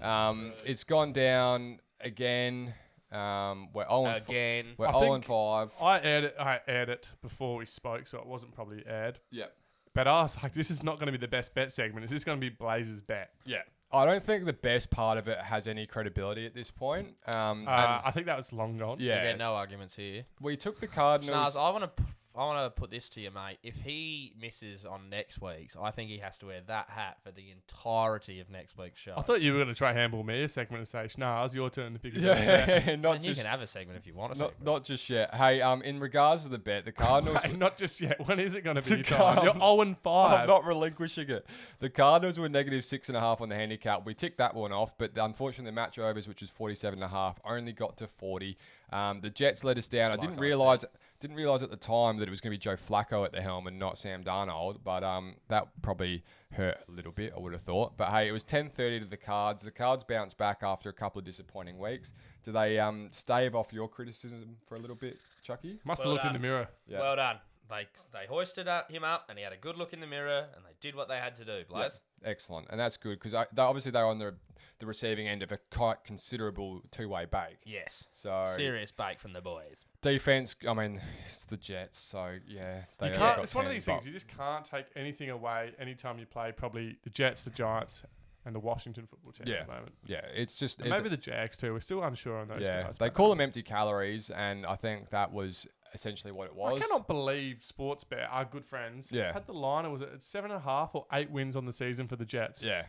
Um, it's gone down again. Um, we're 0 and f-
again,
we're
I
0 and
think-
5.
I aired it. I aired it before we spoke, so it wasn't probably aired.
Yeah.
But I was like, this is not going to be the best bet segment. Is this going to be Blaze's bet?
Yeah. I don't think the best part of it has any credibility at this point. Um,
Uh,
and-
I think that was long gone.
yeah.
yeah, no arguments here.
We took the
Schnaz,
Cardinals.
I want to, I want to put this to you, mate. If he misses on next week's, I think he has to wear that hat for the entirety of next week's show.
I thought you were going to try handball me a segment and say, nah, it's your turn to pick a best bet.
Yeah, not
and you
just
can have a segment if you want. A
not,
segment.
not just yet. Hey, um, in regards to the bet, the Cardinals.
Hey, not just yet. When is it going to be?
To
your time? You're
come.
0 and 5.
I'm not relinquishing it. The Cardinals were negative six and a half on the handicap. We ticked that one off, but unfortunately, the match overs, which was 47 and a half, only got to 40. Um, the Jets let us down. I didn't
I
realize didn't realize at the time that it was going to be Joe Flacco at the helm and not Sam Darnold, but um, that probably hurt a little bit. I would have thought. But hey, it was 10:30 to the Cards. The Cards bounced back after a couple of disappointing weeks. Do they um, stave off your criticism for a little bit, Chucky?
Must have
Well
looked in the
done.
mirror.
Yeah.
Well done. They they hoisted up, him up, and he had a good look in the mirror, and they did what they had to do,
Yeah,
Blaze.
Excellent, and that's good because they, obviously they're on the the receiving end of a quite considerable two way bake.
Yes.
So
Serious bake from the boys.
defense, I mean, it's the Jets, so yeah, they
You
have
can't,
got
it's one of
10,
these
but
things. You just can't take anything away anytime you play probably the Jets, the Giants, and the Washington football team
Yeah.
at the moment.
Yeah, it's just
And
it-
maybe the Jags too. We're still unsure on those
yeah,
guys.
they
but-
call them empty calories, and I think that was essentially what it was.
I cannot believe sports bet, our good friends,
Yeah.
had the line. Was it at seven and a half or eight wins on the season for the Jets?
Yeah,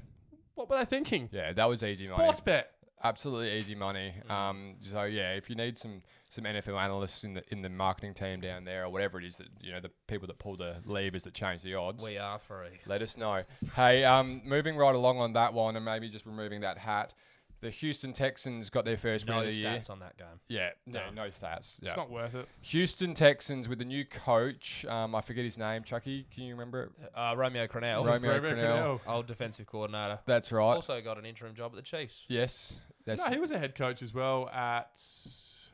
What were they thinking?
yeah, that was easy money.
Sports Mm. bet.
Absolutely easy money. Um, so yeah, if you need some some NFL analysts in the in the marketing team down there or whatever it is that you know the people that pull the levers that change the odds.
We are free.
Let us know. Hey, um, moving right along on that one, and maybe just removing that hat. The Houston Texans got their first
No
win of the year.
stats on that game.
Yeah, no,
No.
no stats.
It's
Yeah.
not worth it.
Houston Texans with a new coach. Um, I forget his name. Chucky, can you remember it?
Uh, Romeo Cornell,
Romeo Oh.
Romeo
Crennel.
Crennel.
old defensive coordinator,
That's right.
also got an interim job at the Chiefs.
Yes, that's
No, he was a head coach as well at.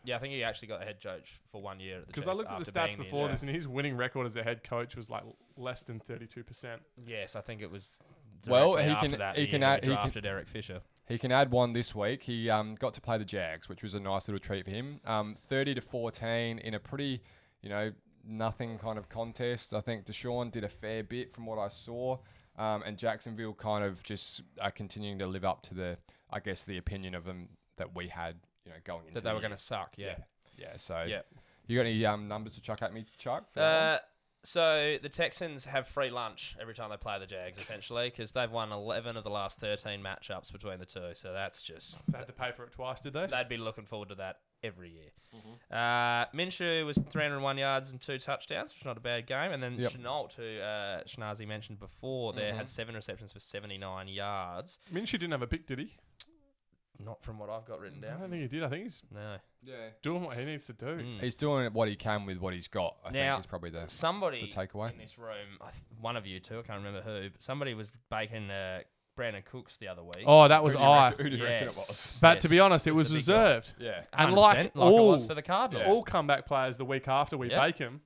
Yeah, I think he actually got the head coach for one year at the
Because I
Chiefs
looked at the
after being
stats before
interim.
this, and his winning record as a head coach was like less than thirty-two percent.
Yes, I think it was.
Well,
directly
he
after
can-
That
he
year
can
we
add- he can-
drafted Eric Fisher.
He can add one this week. He um, got to play the Jags, which was a nice little treat for him. Um, 30 to 14 in a pretty, you know, nothing kind of contest. I think Deshaun did a fair bit from what I saw. Um, and Jacksonville kind of just are continuing to live up to the, I guess, the opinion of them that we had, you know, going into
That they
the
were
year.
going to suck. Yeah.
Yeah, so
Yeah.
you got any um, numbers to chuck at me, Chuck? for that one?
Uh, so the Texans have free lunch every time they play the Jags, essentially, because they've won 11 of the last 13 matchups between the two. So that's just
So they had to pay for it twice, did they?
they'd be looking forward to that every year. Uh, Minshew was 301 yards and two touchdowns, which is not a bad game. And then
Yep.
Chenault, who uh, Shanazi mentioned before, there had seven receptions for 79 yards.
Minshew didn't have a pick, did he?
Not from what I've got written
I don't
down.
think he did. I think he's
No.
yeah.
doing what he needs to do.
Mm.
He's doing what he can with what he's got, I
Now-
think is probably the,
Somebody
the takeaway.
in this room, I th- one of you two, I can't remember who, but somebody was baking uh, Brandon Cooks the other week.
Oh, that was
Who do you
I.
reckon- who do you reckon it was?
Yes,
But to
yes.
be honest, it
The-
was
the big
reserved.
Yeah.
guy.
And like
100%, it
all-
was for the Cardinals.
Yeah.
All comeback players the week after we
Yeah.
bake him,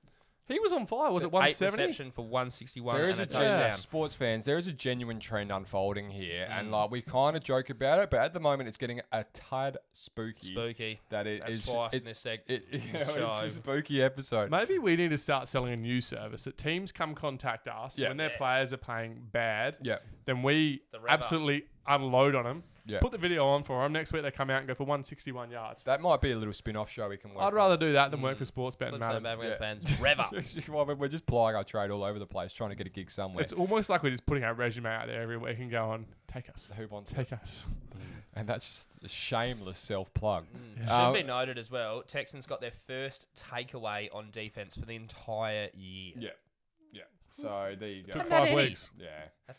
he was on fire. Was it one
Eight
seventy?
reception for 161
There
and
is
a
a
touchdown.
gen- sports fans. There is a genuine trend unfolding here,
Mm.
and like we kind of joke about it, but at the moment it's getting a tad spooky.
Spooky.
That it
That's
is.
twice
It,
in this seg.
it, you know,
show.
it's a spooky episode.
Maybe we need to start selling a new service that teams come contact us
Yeah.
when their
Yes.
players are paying bad.
Yeah,
Then we
The rev up.
absolutely unload on them.
Yeah.
Put the video on for them. Next week they come out and go for one sixty one yards.
that might be a little spin-off show we can work.
I'd rather do that than
Mm.
work for sports
Slips
betting,
and
man.
Badwins
Yeah.
fans, rev up.
On. It's just- well, We're just plying our trade all over the place, trying to get a gig somewhere.
It's almost like we're just putting our resume out there every week and going, take us,
who wants it?
take us.
And that's just a shameless self-plug.
Mm. Hmm. Should
Um,
be noted as well, Texans got their first takeaway on defense for the entire year.
Yeah, yeah. So there you go.
not
Took five
any.
weeks.
Yeah.
That's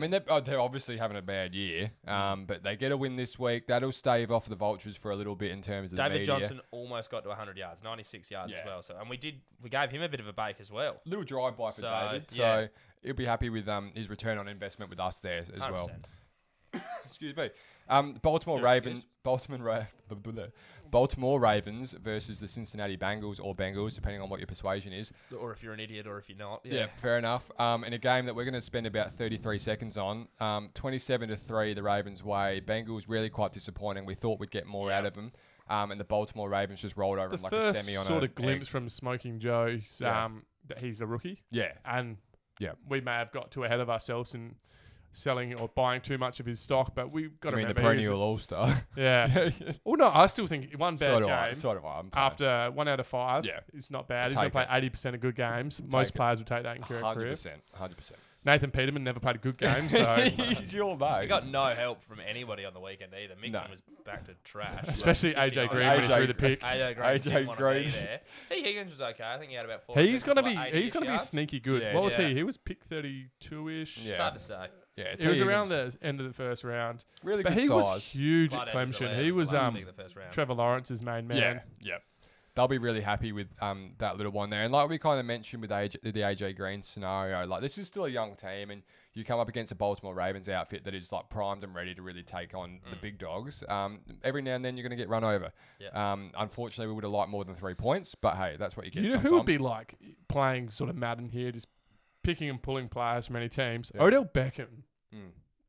I mean, they're, oh, they're obviously having a bad year, um, but they get a win this week. That'll stave off the vultures for a little bit in terms of the
David
media.
Johnson almost got to 100 yards, 96 yards as
Yeah.
well. So, and we did, we gave him a bit of a bake as well.
little drive by for
So,
David, so
yeah.
he'll be happy with um, his return on investment with us there as well.
100%.
Excuse me. Um, Baltimore
You're
Ravens,
excused.
Baltimore, Ra- blah, blah, blah. Baltimore Ravens versus the Cincinnati Bengals or Bengals, depending on what your persuasion is.
Or if you're an idiot, or if you're not.
Yeah,
Yeah.
fair enough. Um, in a game that we're going to spend about 33 seconds on, um, 27 to three, the Ravens' way. Bengals really quite disappointing. We thought we'd get more out of them, um, and the Baltimore Ravens just rolled over
The
them like a
first
semi on
sort
a
of glimpse
egg.
from Smoking Joe's
Yeah.
um, that he's a rookie,
Yeah,
and
Yeah.
we may have got too ahead of ourselves in selling or buying too much of his stock, but we've got
I
to
mean the
remember. he was
perennial All Star.
a- yeah. Well, no, I still think one bad
so do
game
I. So do I. I'm fine.
after one out of five,
Yeah.
it's not bad. He's
Take
going to play eighty percent of good games. Most
it.
players will take that in their
Hundred
career.
percent, hundred percent.
Nathan Peterman never played a good game, so uh,
He's your mate.
He got no help from anybody on the weekend either. Mixon was back to trash.
especially
Like,
AJ
59.
Green when he
AJ
threw the pick.
AJ Green.
AJ
didn't wanna be
Green.
there. T Higgins was okay. I think he had about four.
He's
receptions
gonna
for,
be
like,
he's
80-ish
gonna be
yards.
sneaky good.
Yeah,
what was
yeah.
he? He was pick thirty two ish.
Yeah.
It's hard to say.
yeah,
He was
T.
around
Higgins,
the end of the first round,
really
but
good
he
size.
was huge
Clyde
at
Edwards
Clemson.
Alaire
He
the
was
last
um
pick of the first round.
Trevor Lawrence's main man.
Yeah, yeah. They'll be really happy with um, that little one there. And like we kind of mentioned with AJ, the AJ Green scenario, like this is still a young team, and you come up against a Baltimore Ravens outfit that is like primed and ready to really take on the big dogs. Um, every now and then you're going to get run over.
Yeah.
Um, unfortunately, we would have liked more than three points, but hey, that's what you get.
You know
sometimes.
who would be like playing sort of Madden here, just picking and pulling players from any teams?
Yeah.
Odell Beckham
Mm.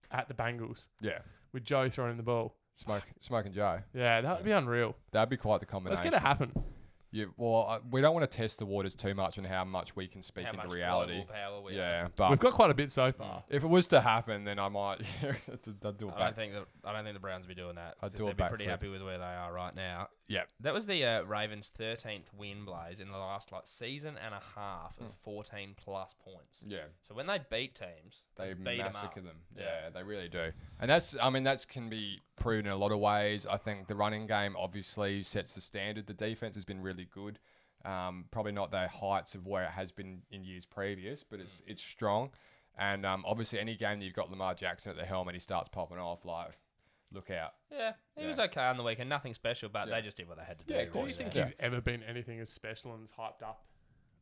at the Bengals
Yeah,
with Joe throwing him the ball.
smoke, smoking Joe.
Yeah, that would be unreal.
That'd be quite the
That's
combination.
going to happen.
You, well, I, we don't want to test the waters too much on how much we can speak
How
into
much
reality.
global power we have. Hmm.
Yeah, but
We've got quite a bit so far.
if it was to happen, then I might I'd do it
I don't
back.
think the I don't think the Browns will be doing that.
I'd
'cause
do a
they'd be pretty
backflip.
happy with where they are right now.
Yeah,
That was the uh, Ravens' thirteenth win, Blaze, in the last like season and a half of fourteen plus points.
Hmm. yeah.
So when they beat teams,
They
they, beat 'em
massacre them. Yeah,
Yeah.
they really do. And that's, I mean, that's can be proven in a lot of ways. I think the running game obviously sets the standard. The defense has been really good. Um, probably not the heights of where it has been in years previous, but it's it's strong. And um, obviously, any game that you've got Lamar Jackson at the helm and he starts popping off, like look out.
Yeah, he was
Yeah.
okay on the weekend. Nothing special, but
Yeah.
they just did what they had to do.
Yeah, of
Do
course.
you
really. Hmm.
think
Yeah.
he's ever been anything as special and as hyped up?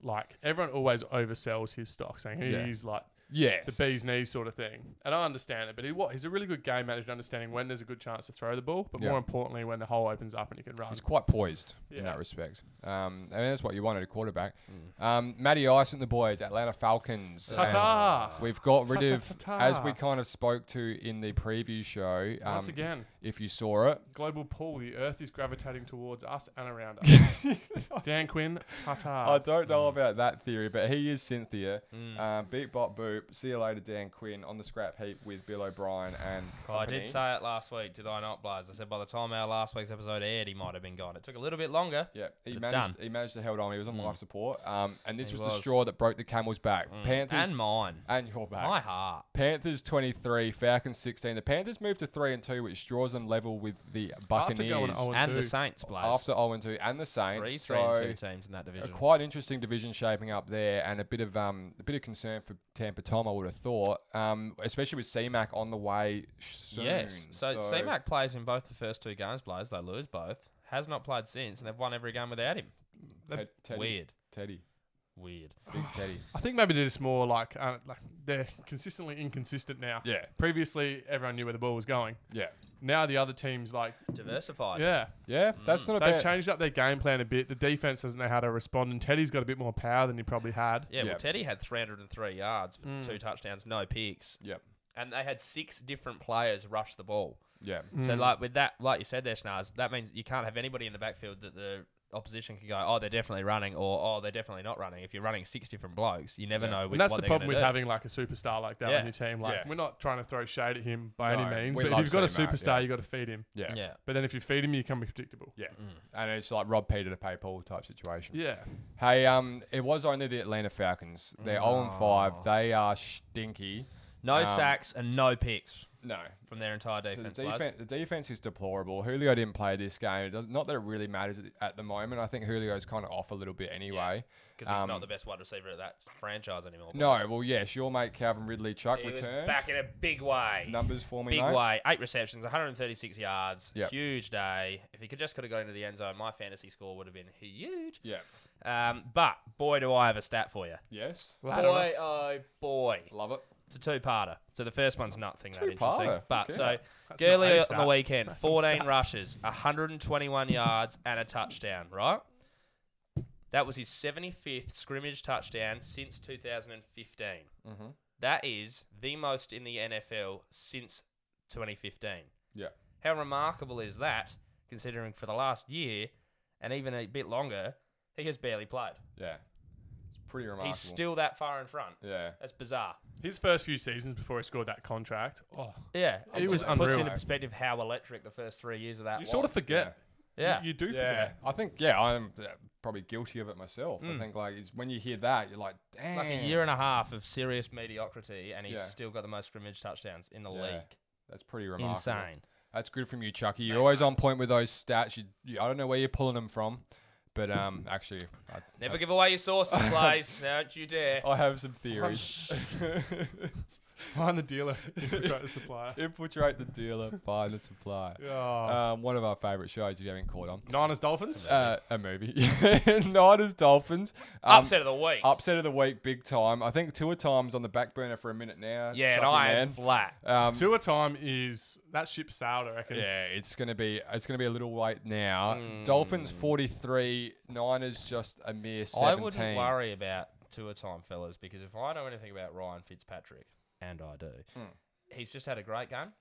Like everyone always oversells his stock, saying
Yeah.
he's like
Yes.
the bee's knees sort of thing. And I understand it, but he what he's a really good game manager, understanding when there's a good chance to throw the ball, but
Yeah.
more importantly, when the hole opens up and he can run.
He's quite poised in
Yeah.
that respect. Um, and that's what you wanted a quarterback. Um, Matty Ice and the boys, Atlanta Falcons.
Ta
and
Hmm.
ta!
We've got rid of, as
Ta-ta-ta-ta.
we kind of spoke to in the preview show, um,
Once again,
if you saw it,
global pull. The Earth is gravitating towards us and around us. Dan Quinn, ta
I
ta.
don't know about that theory, but he is Cynthia.
Mm.
Um, beat Bot Boop. See you later, Dan Quinn, on the scrap heap with Bill O'Brien and.
Oh, I did
company.
say it last week, did I not, Blaze? I said by the time our last week's episode aired, he might have been gone. It took a little bit longer.
Yeah, he
It's
managed.
done. Mm.
He managed to hold on. He was on life support. Um, and this
He
was,
was. Mm.
the straw that broke the camel's back. Panthers
and mine.
and your back.
My heart.
Panthers 23, Falcons 16. The Panthers moved to 3 and 2, which draws them level with the
After going
Buccaneers
oh and
and the
two.
Saints, Blaze.
after 0 and 2 and the Saints.
three, three,
so
and two teams in that
a
division.
quite interesting division shaping up there, and a bit of um a bit of concern for Tampa Tom, I would have thought, um especially with CMAC on the way. Soon.
Yes. So, C-Mac plays in both the first two games, Blaze. They lose both. Has not played since, and they've won every game without him.
Ted- Teddy,
Weird.
Teddy,
Weird.
big Teddy.
I think maybe they're just more like, uh, like they're consistently inconsistent now.
Yeah,
Previously, everyone knew where the ball was going.
yeah,
Now the other team's like,
Diversified.
yeah,
yeah.
Mm.
That's not a
they've
bad.
changed up their game plan a bit. The defense doesn't know how to respond, and Teddy's got a bit more power than he probably had.
Yeah,
Yeah.
well, Teddy had 303 yards for
Mm.
two touchdowns, no picks,
Yep.
and they had six different players rush the ball.
Yeah,
So,
Mm.
like with that, like you said there, Schnars, that means you can't have anybody in the backfield that the opposition can go, oh, they're definitely running, or oh, they're definitely not running. If you're running six different blokes, you never
Yeah.
know. Which,
and that's
what
the
they're
problem
gonna
with
do.
having like a superstar like that
Yeah.
on your team. Like,
Yeah.
we're not trying to throw shade at him by
No,
any means,
we
but if
love
you've got a
seeing that,
superstar,
yeah.
you've got to feed him.
yeah, yeah,
Yeah. Mm.
But then if you feed him, you can be predictable.
And it's like Rob Peter to pay Paul type situation.
Yeah,
Hey, um, it was only the Atlanta Falcons. They're 0 and 5.
No.
They are stinky.
No
Um,
sacks and no picks
No.
from their entire
So the,
defense. Blaze.
defense, the defense is deplorable. Julio didn't play this game. It does, not that it really matters at, at the moment. I think Julio's kind of off a little bit anyway.
because he's
Um,
not the best wide receiver at that franchise anymore.
No, well, yes, your mate Calvin Ridley Chuck
Blaze. he was
returned.
back in a big way.
Numbers for me,
Big
mate.
way, eight receptions, 136 yards,
Yep.
huge day. If he could just could have got into the end zone, my fantasy score would have been huge.
Yeah.
Um, but boy, do I have a stat for you!
Yes.
Lad on
boy,
us.
oh boy,
Love it.
it's a two-parter. So the first one's nothing that interesting.
Two-parter,
But
okay.
so
That's not a
Gurley on the
stat.
weekend,
That's some
14
stats.
rushes, 121 yards, and a touchdown. Right. That was his 75th scrimmage touchdown since 2015.
Mm-hmm.
That is the most in the NFL since 2015.
Yeah.
How remarkable is that, considering for the last year and even a bit longer, he has barely played.
Yeah. It's pretty remarkable.
He's still that far in front.
Yeah.
That's bizarre.
his first few seasons before he scored that contract. Oh,
Yeah,
He
it
was
puts
unreal.
into perspective how electric the first three years of that.
you sort of
was.
forget.
yeah.
you, you do
Yeah.
forget.
I think, yeah, I'm uh, probably guilty of it myself. I think, like, it's, when you hear that, you're like, damn.
Mm. like a year and a half of serious mediocrity, and he's
Yeah.
still got the most scrimmage touchdowns in the
Yeah.
league.
That's pretty remarkable.
Insane.
That's good from you, Chucky. You're always on point with those stats. You, you, I don't know where you're pulling them from, but um, actually, I,
Never give away your sources, Blaze. Don't you dare.
I have
Oh,
some theories.
Find the dealer, infiltrate the supplier.
Infiltrate the dealer, find the supplier.
Oh.
Um, one of our favourite shows, if you haven't caught on.
Niners Dolphins.
Uh, a movie. Niners, Dolphins. Um,
Upset of the week.
Upset of the week, big time. I think two times on the back burner for a minute now.
yeah, and
Chucky
I am
man.
flat.
Um,
Two a time is that ship sailed, I reckon.
Yeah, it's gonna be it's gonna be a little wait now.
Hmm.
Dolphins forty three, Niners just a mere seventeen.
I wouldn't worry about two a time fellas because if I know anything about Ryan Fitzpatrick, and I do,
Hmm.
he's just had a great game,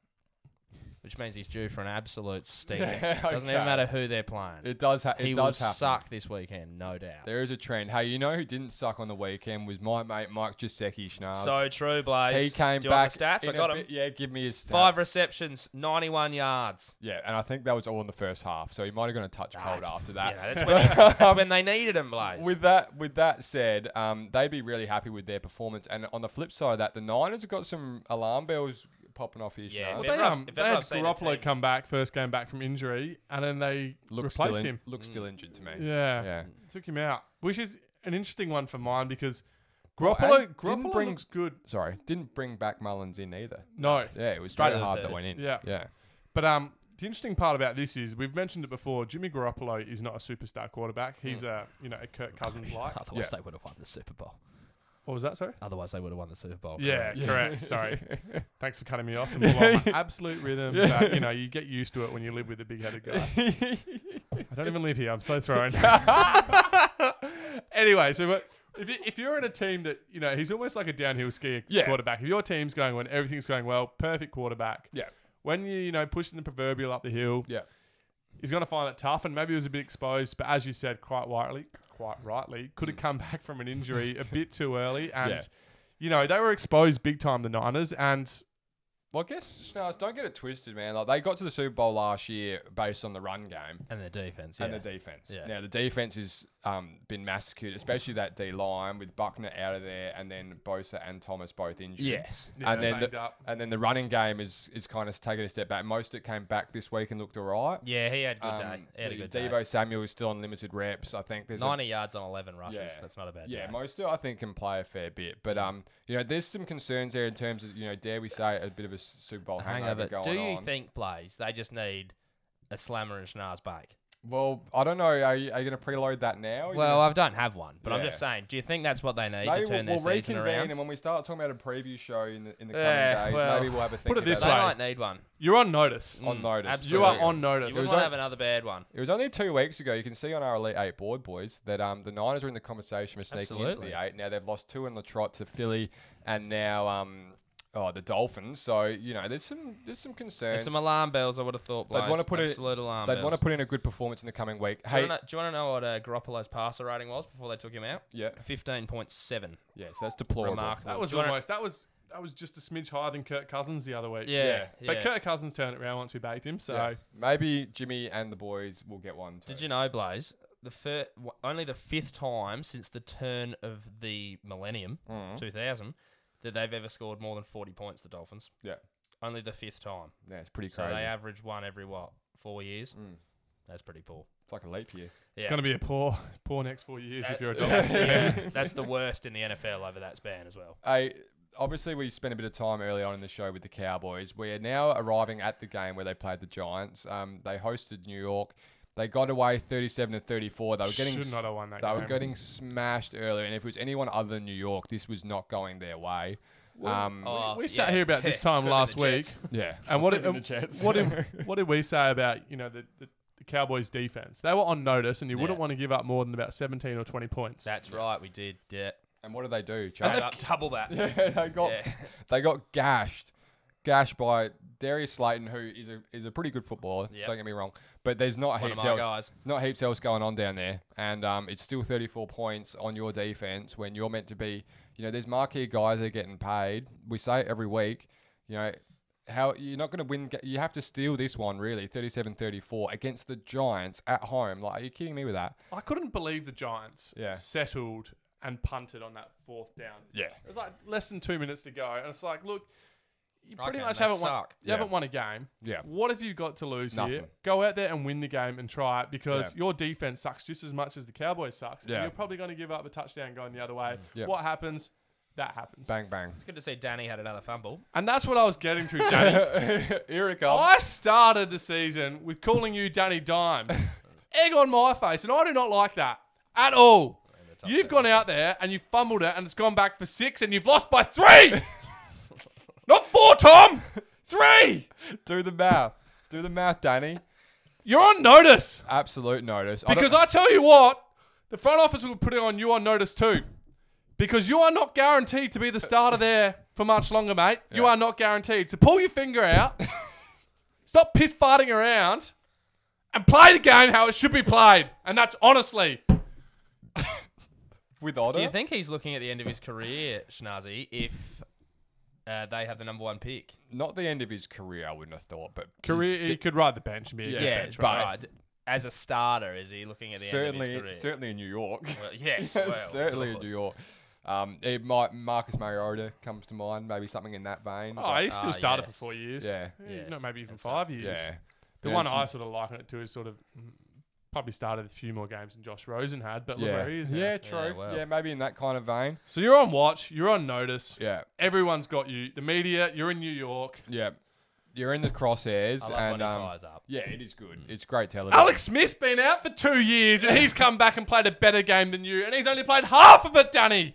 which means he's due for an absolute stinker.
Yeah,
Doesn't even
okay.
matter who they're playing.
It does. Ha- it
he
does
will
happen.
suck this weekend, no doubt.
There is a trend. Hey, you know who didn't suck on the weekend was my mate Mike Giuseppe Schnars.
So true, Blaze.
he came
Do you
back.
want the stats? I
in a
got him.
bit- yeah, give me his stats.
Five receptions, 91 yards.
Yeah, and I think that was all in the first half. So he might have gone a touch cold after
You
that.
know, that's, when, that's when they needed him, Blaze.
With that, with that said, um, they'd be really happy with their performance. And on the flip side of that, the Niners have got some alarm bells popping off here.
Yeah,
Schnars.
if
Well,
ever
they,
I've-
um,
if
they
ever
had
I've seen a
Garoppolo
team-
come back first game back from injury, and then they
Looks
replaced
still in-
him.
Looks still injured to me.
Yeah.
Yeah.
took him out, which is an interesting one for mine because
Well,
Garoppolo,
and didn't
Garoppolo
bring-
looks good.
Sorry, didn't bring back Mullins in either.
No,
Yeah, it was
Straight
straight
to the
hard that
third.
went in.
Yeah.
yeah.
But um, the interesting part about this is we've mentioned it before. Jimmy Garoppolo is not a superstar quarterback. He's a you know a Kirk Cousins like.
Otherwise, they would have won the Super Bowl.
What was that? Sorry.
Otherwise, they would have won the Super Bowl.
Yeah,
correct.
correct. Sorry. Thanks for cutting me off. And we're on my absolute rhythm. But, you know, you get used to it when you live with a big headed guy. I don't even live here. I'm so thrown. anyway, so but if, you, if you're in a team that, you know, he's almost like a downhill skier
Yeah.
quarterback. If your team's going when everything's going well, perfect quarterback.
Yeah.
When you, you know, pushing the proverbial up the hill,
Yeah.
he's going to find it tough. And maybe he was a bit exposed, but as you said, quite rightly, quite rightly, could have come back from an injury a bit too early. And,
Mm. Yeah.
you know, they were exposed big time, the Niners. And
Well, I guess Schnauze, don't get it twisted, man. Like they got to the Super Bowl last year based on the run game
And their defense. Yeah.
and the defense.
Yeah.
Now the defense has um, been massacred, especially that D line with Buckner out of there, and then Bosa and Thomas both injured.
yes.
and then
banged
the,
up.
and then the running game is is kind of taking a step back. Most it came back this week and looked all right.
Yeah, he had a good day.
Um,
He had a
the-
good
Debo
day.
Samuel is still on limited reps. I think there's a-
90 yards on 11 rushes.
Yeah.
That's not a bad
yeah,
day.
most of I think can play a fair bit, but um, you know, there's some concerns there in terms of you know, dare we say a bit of a S- Super Bowl hangover,
hangover.
going
Do you
on.
think, Blaze, they just need a slammer and schnars bake?
well, I don't know. Are you, are you going to preload that now? Are you
Well, I don't have one, but I'm
Oh, Yeah.
just saying, do you think that's what they need
gonna-
to turn
we'll,
their
we'll
season
reconvene,
around?
and when we start talking about a preview show in the, in the coming
Yeah,
days,
well,
maybe we'll have a think.
put it
about
this
they
way.
that.
might need one.
you're on notice.
on notice.
You are
Absolutely.
on
You
notice.
wouldn't want to have another bad one.
It was only two weeks ago. You can see on our Elite Eight board, boys, that um, the Niners are in the conversation for sneaking
Absolutely.
into the eight. Now they've lost two in the trot to Philly, and now um, oh, the Dolphins. So you know, there's some there's some concerns.
There's some alarm bells, I would have thought,
They'd
Blaze.
wanna put it-
Absolute alarm
They'd
bells.
want to put in a good performance in the coming week.
do,
Hey,
you wanna, do you want to know what uh, Garoppolo's passer rating was before they took him out?
yeah,
15.7.
yeah. So that's deplorable.
Remarkable.
That was
Do you wanna-
almost. That was that was just a smidge higher than Kirk Cousins the other week.
Yeah,
But
yeah.
Kirk Cousins turned it around once we baked him. So
Yeah. Maybe Jimmy and the boys will get one. Too.
Did you know, Blaze? The fir- w- only the fifth time since the turn of the millennium,
Mm-hmm. Mm.
2000, that they've ever scored more than 40 points. The Dolphins.
Yeah.
Only the fifth time.
Yeah, it's pretty
So
crazy.
they average one every what four years.
Mm.
That's pretty poor.
it's like a late year.
it's going to be a poor poor next four years if you're a
that's,
Dolphins fan.
yeah, that's the worst in the NFL over that span as well.
I obviously we spent a bit of time early on in the show with the Cowboys. We are now arriving at the game where they played the Giants. Um, they hosted New York. They got away 37 to 34. They were getting
Should
s-
not have won that
they were
game.
getting smashed earlier, and if it was anyone other than New York, this was not going their way. Um,
Oh,
we sat
yeah.
here about this
Yeah,
time
could've been
last
the
week,
Jets.
yeah,
and what did,
Could've been the Jets.
what did what did we say about you know the, the, the Cowboys defense? They were on notice, and you wouldn't
Yeah.
want to give up more than about 17 or 20 points.
That's right, we did. Yeah,
and what did they do?
Add
Charlie?
up double that.
they got
Yeah.
they got gashed, gashed by Darius Slayton, who is a is a pretty good footballer.
Yep.
Don't get me wrong, but there's not
One of
heaps
my
else.
guys.
Not heaps else going on down there, and um, it's still 34 points on your defense when you're meant to be. You know, there's marquee guys that are getting paid. We say it every week. You know. How you're not going to win? ga- You have to steal this one, really. 37-34 against the Giants at home. Like, are you kidding me with that?
I couldn't believe the Giants
Yeah.
settled and punted on that fourth down.
Yeah.
It was like less than two minutes to go, and it's like, look, you pretty
Okay,
much
they
haven't won.
suck.
You haven't won a game.
Yeah.
What have you got to lose here?
Nothing.
Go out there and win the game and try it because
Yeah.
your defense sucks just as much as the Cowboys sucks. and
Yeah.
you're probably going to give up a touchdown going the other way.
Yeah.
What happens? That happens.
Bang bang.
It's good to see Danny had another fumble.
And that's what I was getting to, Danny.
Here it comes.
I started the season with calling you Danny Dimes. Egg on my face, and I do not like that at all. You've gone out there and you fumbled it, and it's gone back for six, and you've lost by three. not four, Tom. Three.
Do the math. Do the math, Danny.
You're on notice
Absolute notice. I don't-
because I, tell you what, the front office will put it on you on notice too, because you are not guaranteed to be the starter there for much longer, mate. You
Yeah.
are not guaranteed. So pull your finger out. Stop piss farting around and play the game how it should be played. And that's honestly.
with Otter.
Do you think he's looking at the end of his career, Schnazzy, if uh, they have the number one pick?
Not the end of his career, I wouldn't have thought, but
Career, he could ride the bench and be a
Yeah,
good
Yeah,
bench,
but
right?
as a starter, is he looking at the
certainly,
end of his career?
certainly in New York.
Well, yes, well, of
certainly in
course.
New York. Um, it might Marcus Mariota comes to mind, maybe something in that vein.
Oh,
but-
he still
Ah,
started
yes.
for four years.
Yeah.
Eh, No,
Yes,
maybe even
that's
five
yeah,
years. The
There's
one
some-
I sort of liken it to is sort of mm, probably started a few more games than Josh Rosen had, but look
yeah,
where he is now.
yeah, true. Yeah,
wow.
maybe in that kind of vein.
So you're on watch, you're on notice.
Yeah,
Everyone's got you. The media, you're in New York.
yeah. You're in the crosshairs,
I love when
and
he
um,
fires Mm. up.
yeah, it is good. It's great television.
Alex Smith's been out for two years and he's come back and played a better game than you, and he's only played half of it, Danny.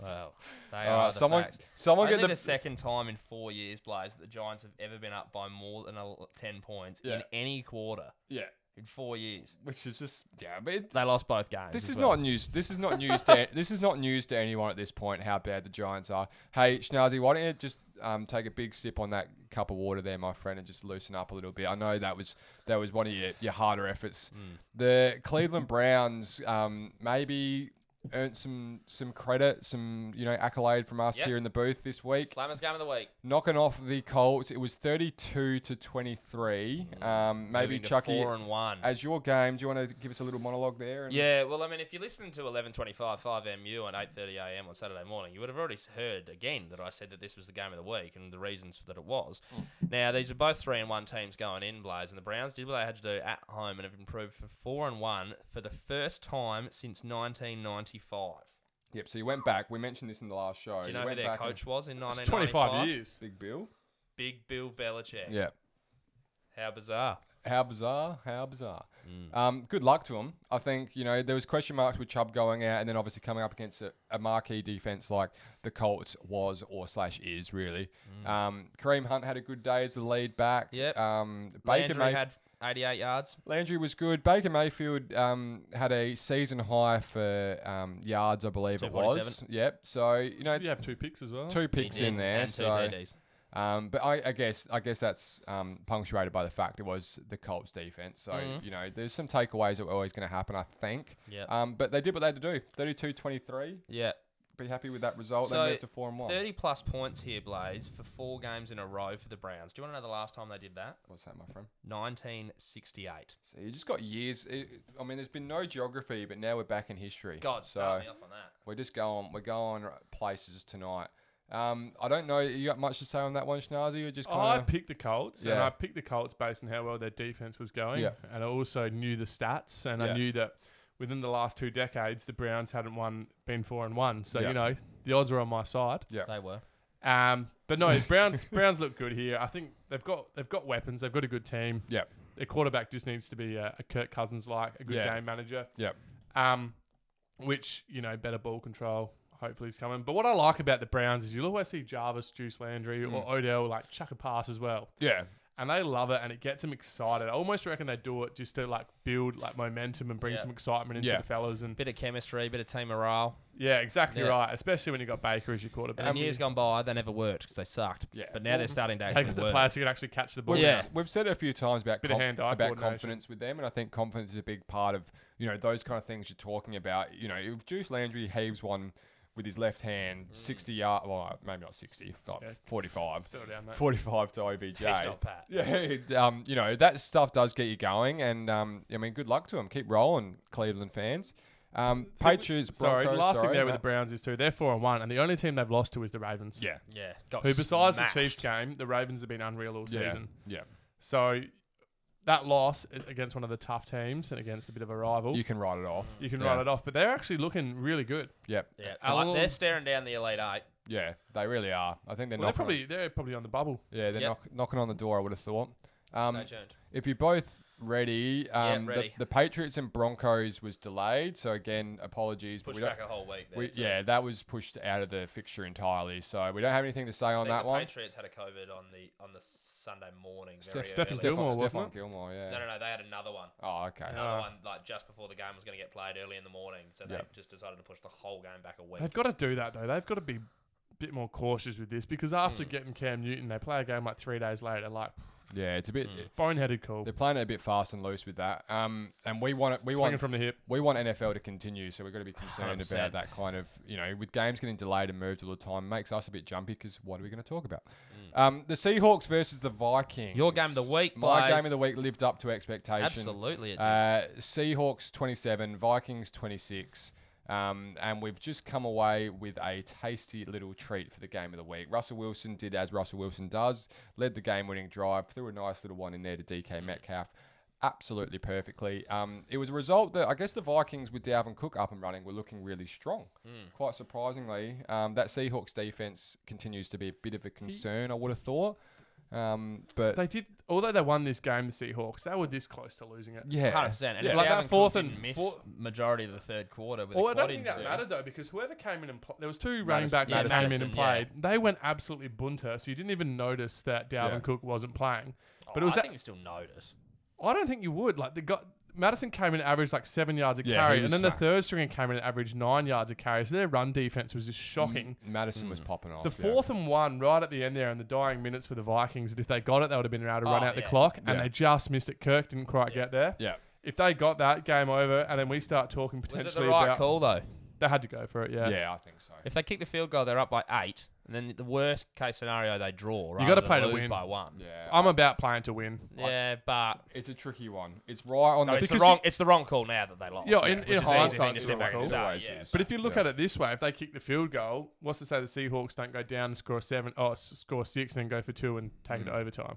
Well, they
All right,
are the
Uh, someone,
facts.
someone
Only
get the.
the second time in four years, Blaze, that the Giants have ever been up by more than el- ten points
Yeah.
in any quarter
yeah,
in four years.
which is just yeah, but it,
They lost both games.
This
as
is
well.
not news. This is not news to this is not news to anyone at this point. How bad the Giants are. Hey Schnazzy, why don't you just um, take a big sip on that cup of water there, my friend, and just loosen up a little bit. I know that was that was one of your, your harder efforts.
Mm.
The Cleveland Browns um, maybe earned some some credit, some you know accolade from us
Yep.
here in the booth this week
Slammers game of the week.
knocking off the Colts. It was 32 to 23. Um, maybe
Mm. Moving to
Chucky,
four and one.
as your game, do you want to give us a little monologue there? And
Yeah, well, I mean, if you listen to 11:25 5MU and 8:30 a.m. on Saturday morning, you would have already heard again that I said that this was the game of the week and the reasons that it was.
Hmm.
Now, these are both three and one teams going in, Blaze, and the Browns did what they had to do at home and have improved for four and one for the first time since 1995.
Yep. So you went back. We mentioned this in the last show.
Do you know who
Oh, went
their
back and-
coach was in
It's
1995?
25 years.
Big Bill.
Big Bill Belichick.
Yeah.
How bizarre.
How bizarre! How bizarre!
Mm.
Um, good luck to him. I think you know there was question marks with Chubb going out, and then obviously coming up against a, a marquee defense like the Colts was or slash is really. Um, Kareem Hunt had a good day as the lead back.
Mm. Yep.
Um, Baker
Landry
Mayfield.
had 88 yards.
Landry was good. Baker Mayfield um, had a season high for um, yards, I believe it was.
247.
Yep. So you know,
You have two picks as well.
two
He
picks
did,
in there.
and two
so,
TDs.
um, but I, I guess I guess that's um, punctuated by the fact it was the Colts defense. So you know, there's some takeaways that were always going to happen. I think.
Mm-hmm. Yep.
Um, but they did what they had to do. 32-23.
Yeah.
Be happy with that result.
So,
they moved to four and one.
30 plus points here, Blaze, for four games in a row for the Browns. Do you want to know the last time they did that?
What's that, my friend?
1968.
So you just got years. It, I mean, there's been no geography, but now we're back in history.
God,
so
start me off on that.
we're just going. We're going places tonight. Um, I don't know. You got much to say on that one, Schnazzy? You're just
I
kind of.
picked the Colts, and
Yeah.
I picked the Colts based on how well their defense was going,
Yeah.
and I also knew the stats, and
Yeah.
I knew that within the last two decades, the Browns hadn't won, been four and one. So
Yeah.
you know the odds are on my side.
They were.
Um, but no, Browns Browns look good here. I think they've got they've got weapons. They've got a good team.
Yeah.
Their quarterback just needs to be uh, a, a Kirk Cousins like, a good
Yeah.
game manager.
Yeah.
Um, which you know better ball control. Hopefully is coming. But what I like about the Browns is you'll always see Jarvis, Juice Landry, or Odell like chuck a pass as well
Yeah.
and they love it and it gets them excited. I almost reckon they do it just to like build like momentum and bring
Yeah.
some excitement into
Yeah.
the fellas and
Bit of chemistry, bit of team morale.
yeah, exactly
Yeah.
right. Especially when you got Baker as your quarterback.
And in years gone by, they never worked because they sucked.
Yeah.
But now they're starting to
they
actually
got the
work.
players who can actually catch the ball.
We've,
Yeah.
we've said it a few times about
Bit of
com-
hand-eye
about
coordination.
confidence with them, and I think confidence is a big part of you know those kind of things you're talking about. You know, if Juice Landry heaves one with his left hand, sixty yard, well, maybe not sixty, like
Mm. yeah.
forty-five,
Settle down, mate.
forty-five to OBJ.
Pissed off Pat.
Yeah, it, um, you know that stuff does get you going, and um, I mean, good luck to them. Keep rolling, Cleveland fans. Um, Patriots, Broncos,
Mm, Sorry, the last thing there with the
Matt.
Browns is too. They're four and one, and the only team they've lost to is the Ravens.
yeah,
Yeah. Got
Who besides
smashed.
the Chiefs game, the Ravens have been unreal all
yeah,
season.
yeah.
So that loss i- against one of the tough teams and against a bit of a rival,
You
you,
can write it off.
can
yeah.
write it off. But they're actually looking really good.
Yep,
Yeah.
Allen-
Like, they're staring down the Elite Eight.
yeah, they really are. I think they're
Well, they're
not
probably they're probably on the bubble.
Yeah, they're
Yep.
knock, knocking on the door. I would have thought. Um,
Stay tuned.
if you're both ready, um, the-
ready.
The, Patriots and Broncos was delayed, so again, apologies. but
Push
we don't-
back a whole week there.
we-
too.
yeah, that was pushed out of the fixture entirely, so we don't have anything to say
I
on
think
that
the
one.
Patriots had a COVID on the on the Sunday morning.
Steph-
very
Stephen
early.
Gilmore,
Stephon-
wasn't
Stephon
it?
Gilmore, yeah.
No, no, no. They had another one.
Oh, okay.
another
Uh,
one like just before the game was going to get played early in the morning, so they
Yeah.
just decided to push the whole game back a week.
They've got to do that though. They've got to be a bit more cautious with this because after getting Cam Newton, they play a game like three days later, like
Yeah, it's a bit.
Mm.
boneheaded call,
They're playing it a bit fast and loose with that. Um, and we want it. We
swinging
want
from the hip.
we want NFL to continue, so we've got to be concerned
100%.
about that kind of, you know, with games getting delayed and moved all the time, makes us a bit jumpy because what are we going to talk about? Um, the Seahawks versus the Vikings.
Mm. Your game of the week,
My
boys.
game of the week lived up to expectation.
Absolutely, it did.
Uh, Seahawks 27, Vikings 26. Um, and we've just come away with a tasty little treat for the game of the week. Russell Wilson did as Russell Wilson does, led the game winning drive, threw a nice little one in there to DK
Mm.
Metcalf absolutely perfectly. Um, it was a result that I guess the Vikings with Dalvin Cook up and running were looking really strong.
Mm.
Quite surprisingly, um, that Seahawks defense continues to be a bit of a concern, I would have thought. Um, but
They did, although they won this game, the Seahawks, they were this close to losing it.
yeah,
Hundred percent. And
Yeah.
if
Like
like
that fourth and
didn't miss
four-
majority of the third quarter with
Well,
a
I
quad
don't think that
injury,
mattered though, because whoever came in and pl- there was two running
Madis-
backs that
Madison,
came in and
yeah.
played. They went absolutely bunter, so you didn't even notice that Dalvin
Yeah.
Cook wasn't playing. But it
Oh,
was
I
that-
think you still notice.
I don't think you would. Like the guy, Madison came in and averaged like seven yards a
Yeah, he
carry,
was
and then the
smacked.
third stringer came in and averaged nine yards a carry. So their run defense was just
Mm.
shocking.
Madison was popping off.
Oh,
The
yeah.
fourth and one right at the end there, and the dying minutes for the Vikings. That if they got it, they would have been able to run
Oh,
out the
yeah.
clock, and
Yeah.
they just missed it. Kirk didn't quite get there.
Yeah.
If they got that, game over, and then we start talking
Was
potentially
it the right
about
call though?
they had to go for it.
yeah,
Yeah,
I think so.
If they kick the field goal, they're up by eight, and then the worst case scenario they draw. Right?
gotta
got
play to
lose
win.
by one.
Yeah,
I'm about playing to win.
Yeah, but
it's a tricky one. It's right on
no,
the.
it's the
because
wrong. it's the wrong call now that they lost.
Yeah, in-
which
in
is easy
hindsight,
to
it's
sit
the
back
wrong
and
call.
say,
Always
yeah.
is.
But if you look
Yeah.
at it this way, if they kick the field goal, what's to say the Seahawks don't go down and score seven, oh, s- score six, and then go for two and take it to overtime?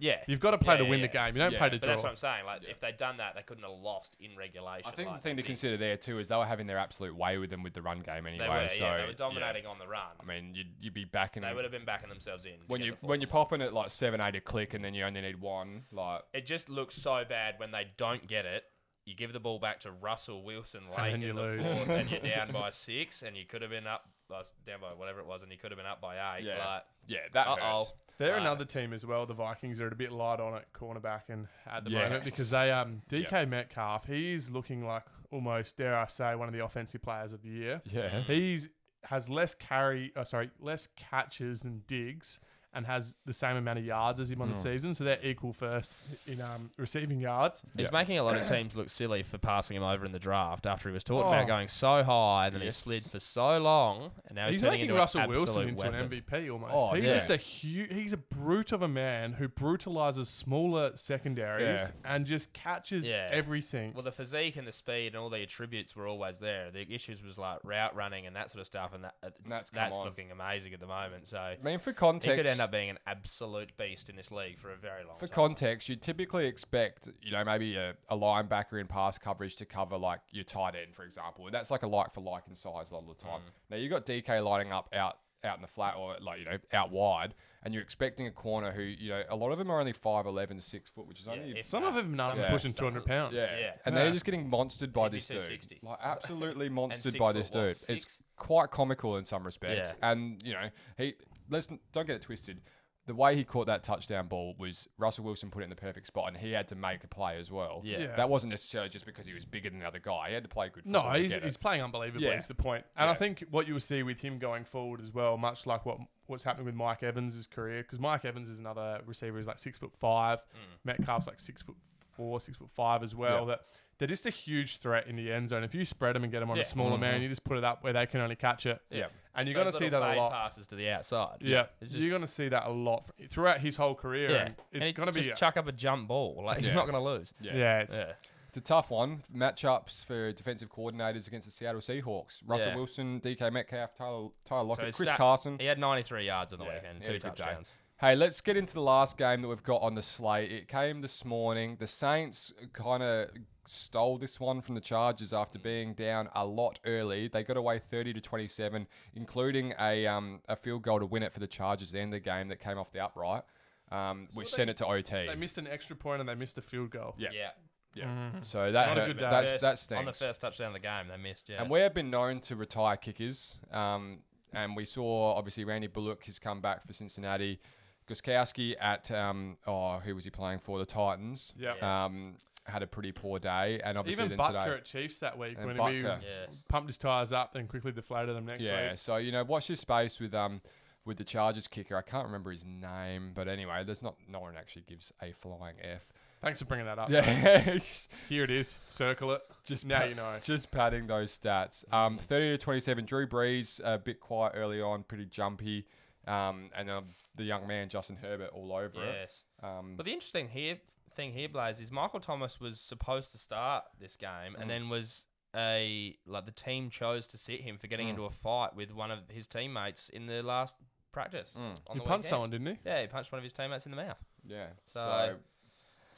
Yeah,
You've got to play
Hmm. Yeah,
to
yeah,
win the
yeah.
game. You don't
Yeah.
play to
But
draw.
that's what I'm saying. Like, if they'd done that, they couldn't have lost in regulation.
I think
like,
the thing to
they
consider there too is they were having their absolute way with them with the run game
did. They
anyway.
were,
so
yeah, they were
yeah.
dominating on the run.
I mean, you'd, you'd be backing
they
them.
would have been backing themselves in. to
when
get
you
the fourth
when you're
and one.
popping at like seven eight a click and then you only need one like
it just looks so bad when they don't get it. You give the ball back to Russell Wilson late
then
in
you
the
lose.
fourth, and you're down by six, and you could have been up by, down by whatever it was, and you could have been up by eight.
Yeah.
Like,
yeah that
Uh-oh.
hurts.
They're
Right.
another team as well. The Vikings are a bit light on at cornerback and at the moment
Yes.
because they um DK Metcalf. He's looking like almost dare I say one of the offensive players of the year.
Yeah,
He's has less carry, oh, sorry, less catches than Diggs, and has the same amount of yards as him
Hmm.
on the season. So they're equal first in um, receiving yards.
He's
Yeah.
making a lot of teams look silly for passing him over in the draft after he was talked
Oh.
about going so high and then
Yes.
he slid for so long and now he's,
He's
turning
making
into
Russell
an absolute
Wilson into
weapon.
an MVP almost.
Oh,
he's
yeah.
just a huge. He's a brute of a man who brutalizes smaller secondaries
Yeah.
and just catches
Yeah.
everything.
Well, the physique and the speed and all the attributes were always there. The issues was like route running and that sort of stuff, and that uh,
That's
that's,
come on.
looking amazing at the moment. So
I mean for
he
context,
could end up being an absolute beast in this league for a very long
For
time.
context, you typically expect, you know, maybe a, a linebacker in pass coverage to cover like your tight end, for example. And that's like a like for like in size a lot of the time.
Mm.
Now you've got DK lining up out out in the flat or like, you know, out wide, and you're expecting a corner who, you know, a lot of them are only 5'11, 6 foot, which is only
if
Some of
that.
them not
Some
even
of-
pushing
some of
200
them.
pounds.
Yeah.
Yeah.
And
Yeah.
they're just getting monstered by
He'd be
this dude.
260.
Like absolutely
six
monstered by this
foot what,
dude. It's
six?
quite comical in some respects.
Yeah.
And you know, he let's n- don't get it twisted. The way he caught that touchdown ball was Russell Wilson put it in the perfect spot and he had to make a play as well.
Yeah.
Yeah.
That wasn't necessarily just because he was bigger than the other guy. He had to play good
No,
football to
he's,
get it.
he's playing unbelievably.
Yeah.
Is the point, and I
Yeah.
think what you will see with him going forward as well, much like what what's happening with Mike Evans' career, because Mike Evans is another receiver who's like six foot five,
Mm.
Metcalf's like six foot four, six foot five as well.
Yeah.
That they're just a huge threat in the end zone. If you spread them and get them on
Yeah. Mm-hmm.
a smaller man, you just put it up where they can only catch it.
Yeah.
and you're
Those
gonna see that
little
a
fade
lot.
Passes to the outside.
Yeah,
It's just
you're gonna see that a lot fr- throughout his whole career.
Yeah,
And it's
and
gonna be
just chuck up a jump ball. Like
Yeah.
he's not gonna lose.
Yeah.
yeah, it's,
Yeah,
It's a tough one. Matchups for defensive coordinators against the Seattle Seahawks. Russell
Yeah.
Wilson, DK Metcalf, Tyler, Tyler Lockett,
it's
Chris
that-
Carson.
he had 93 yards on the
Yeah,
weekend,
he
two
had a good day.
touchdowns.
Hey, let's get into the last game that we've got on the slate. It came this morning. The Saints kind of stole this one from the Chargers after being down a lot early. They got away 30 to 27, including a um, a field goal to win it for the Chargers in the game that came off the upright, um, which
they-
sent it to OT.
they missed an extra point and they missed a field goal.
Yeah.
Yeah,
yeah. So that
Not a
hurt,
good day.
that's,
First-
that
on the
stinks.
first touchdown of the game, they missed. Yeah,
And we have been known to retire kickers. Um, and we saw obviously Randy Bullock has come back for Cincinnati. Guskowski at um, oh who was he playing for the Titans?
Yeah.
Um, had a pretty poor day, and obviously
Even
then
Butker
today.
at Chiefs that week
And
when he
Butker.
Yes.
pumped his tires up, then quickly deflated them next
Yeah.
week.
So you know, watch this space with um with the Chargers kicker. I can't remember his name, but anyway, there's not no one actually gives a flying f.
Thanks for bringing that up. mate.
Yeah.
Here it is. Circle it.
Just
Uh, now
pat-
you know.
Just padding those stats. Um, 30 to 27. Drew Brees, a bit quiet early on, pretty jumpy. Um, and um, the young man, Justin Herbert, all over it.
yes.
Um,
But the interesting here thing here, Blaze, is Michael Thomas was supposed to start this game,
Mm.
and then was a like the team chose to sit him for getting
Mm.
into a fight with one of his teammates in the last practice.
Mm.
On
He
the
punched
weekend.
someone, didn't he?
Yeah, he punched one of his teammates in the mouth.
yeah. So,
So,
So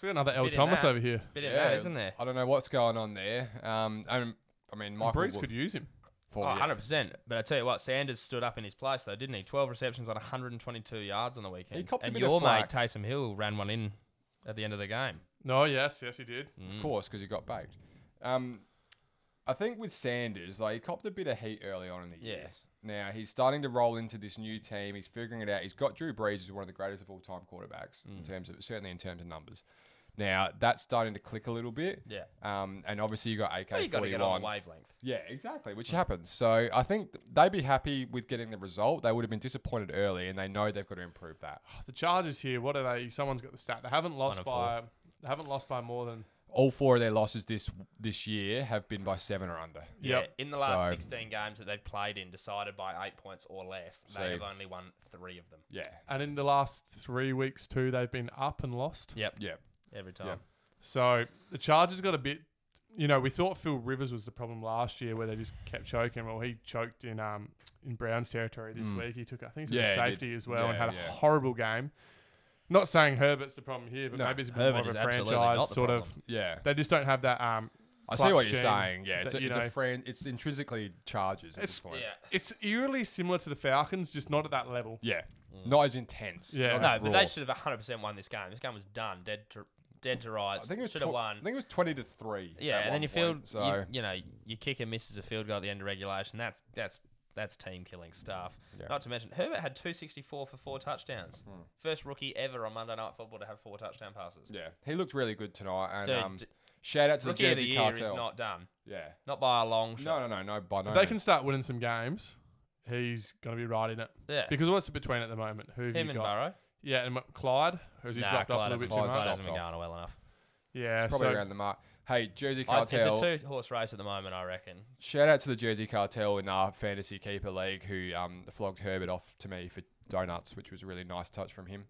we got another L
Bit in
Thomas
that.
over here.
Bit
yeah,
of that, isn't there?
I don't know what's going on there. Um, and, I mean, Michael.
Breeze
Wo-
could use him.
for
Oh,
you.
100%. But I tell you what, Sanders stood up in his place, though, didn't he? 12 receptions on 122 yards on the weekend.
He copped a
and
bit of
your
flack.
mate, Taysom Hill, ran one in at the end of the game. Mm.
No, yes, yes, he did.
Of course, because he got baked. Um, I think with Sanders, like he copped a bit of heat early on in the year.
Yes.
Now he's starting to roll into this new team. He's figuring it out. He's got Drew Brees as one of the greatest of all time quarterbacks
Mm.
in terms of certainly in terms of numbers. Now that's starting to click a little bit.
Yeah.
Um, and obviously you got AK
Well, you got to
forty
get on
one.
the wavelength.
Yeah, exactly, which happens. So I think th- they'd be happy with getting the result. They would have been disappointed early, and they know they've got to improve that.
The Chargers here, what are they? Someone's got the stat. They haven't lost
and
by. They haven't lost by more than.
All four of their losses this this year have been by seven or under.
Yeah,
Yep.
in the last
So-
16 games that they've played in, decided by eight points or less, they
So-
have only won three of them.
Yeah,
And in the last three weeks too, they've been up and lost.
Yep,
yeah.
every time.
So the Chargers got a bit. You know, we thought Phil Rivers was the problem last year, where they just kept choking. Well, he choked in um in Brown's territory this
Mm.
week. He took I think
Yeah,
yeah,
he did.
safety as well and
Yeah,
had
yeah.
a horrible game. Not saying Herbert's the problem here, but
No,
maybe it's a bit
Herbert
more of
is
a
absolutely not
franchise
the
sort of.
problem.
Yeah,
They just don't have that. Um,
I see what
clutch
you're
gene
saying. Yeah, it's
that,
a,
you
it's
know.
a friend. It's intrinsically charges at
It's-
this point.
Yeah.
it's eerily similar to the Falcons, just not at that level.
Yeah, not as intense.
Mm. Yeah.
not
No,
as
but
raw.
they should have 100% won this game. This game was done, dead to, dead to rights.
I think it was
should have
tw-
won.
I think it was twenty to three.
Yeah,
at
and
one
then you
point,
field,
so
you, you know, your kicker misses a field goal at the end of regulation. That's that's that's team killing stuff.
Yeah. Hmm.
Not to mention Herbert had two sixty four for four touchdowns. First rookie ever on Monday Night Football to have four touchdown passes.
yeah, he looked really good tonight. And
Dude,
um,
d-
shout out to the
rookie of the
Jersey
year
Cartel.
is not done,
yeah,
not by a long shot.
no, no, no, no. By no
If they can
means.
start winning some games, he's going to be right in it.
Yeah,
Because what's it between at the moment? Who have
him
you
and
got?
Burrow.
Yeah, and M- Clyde, who's he
Nah,
dropped off
Clyde
a little
hasn't-
bit too
Clyde
much?
hasn't been going well enough.
Yeah,
It's probably
so
around the mark. Hey, Jersey
I-
Cartel.
It's a two horse race at the moment, I reckon.
Shout out to the Jersey Cartel in our fantasy keeper league who um, flogged Herbert off to me for donuts, which was a really nice touch from him.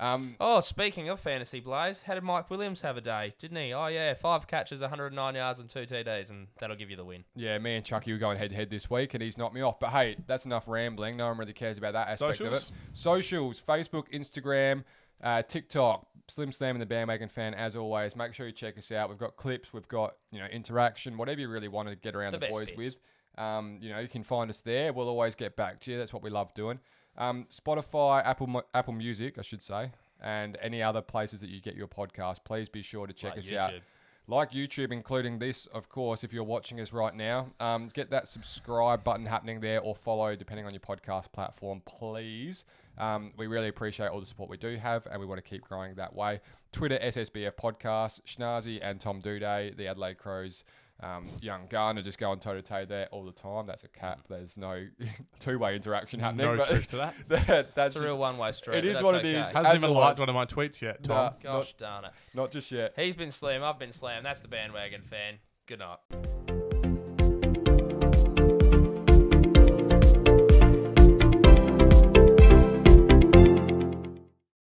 Um,
Oh, speaking of fantasy Blaze, how did Mike Williams have a day? Didn't he? Oh yeah, five catches, 109 yards, and two TDs, and that'll give you the win.
yeah, me and Chucky were going head to head this week, and he's knocked me off. But hey, that's enough rambling. No one really cares about that aspect
Socials?
of it. Socials: Facebook, Instagram, uh, TikTok. Slim Slam and the Bandwagon fan, as always. Make sure you check us out. We've got clips, we've got you know interaction, whatever you really want to get around
The
the,
best
boys
bits.
with. Um, you know, you can find us there. We'll always get back to you. That's what we love doing. Um, Spotify, Apple, Mu- Apple Music, I should say, and any other places that you get your podcast. Please be sure to check
Like
us out,
YouTube.
like YouTube, including this, of course. If you're watching us right now, um, get that subscribe button happening there, or follow, depending on your podcast platform, please. Um, we really appreciate all the support we do have, and we want to keep growing that way. Twitter, SSBF Podcast, Schnazzy and Tom Duday, the Adelaide Crows. Um, young gun are just going toe to toe there all the time. That's a cap. There's no two way interaction happening.
no
but
truth to that.
that, that's
It's a real
just-
one way street.
it
but
is
that's
what it
okay.
is.
hasn't
As
even
it
liked
was.
one of my tweets yet, Tom.
Nah,
Gosh darn it.
not, not just yet.
He's been slim. I've been slam. That's the bandwagon fan. Good night.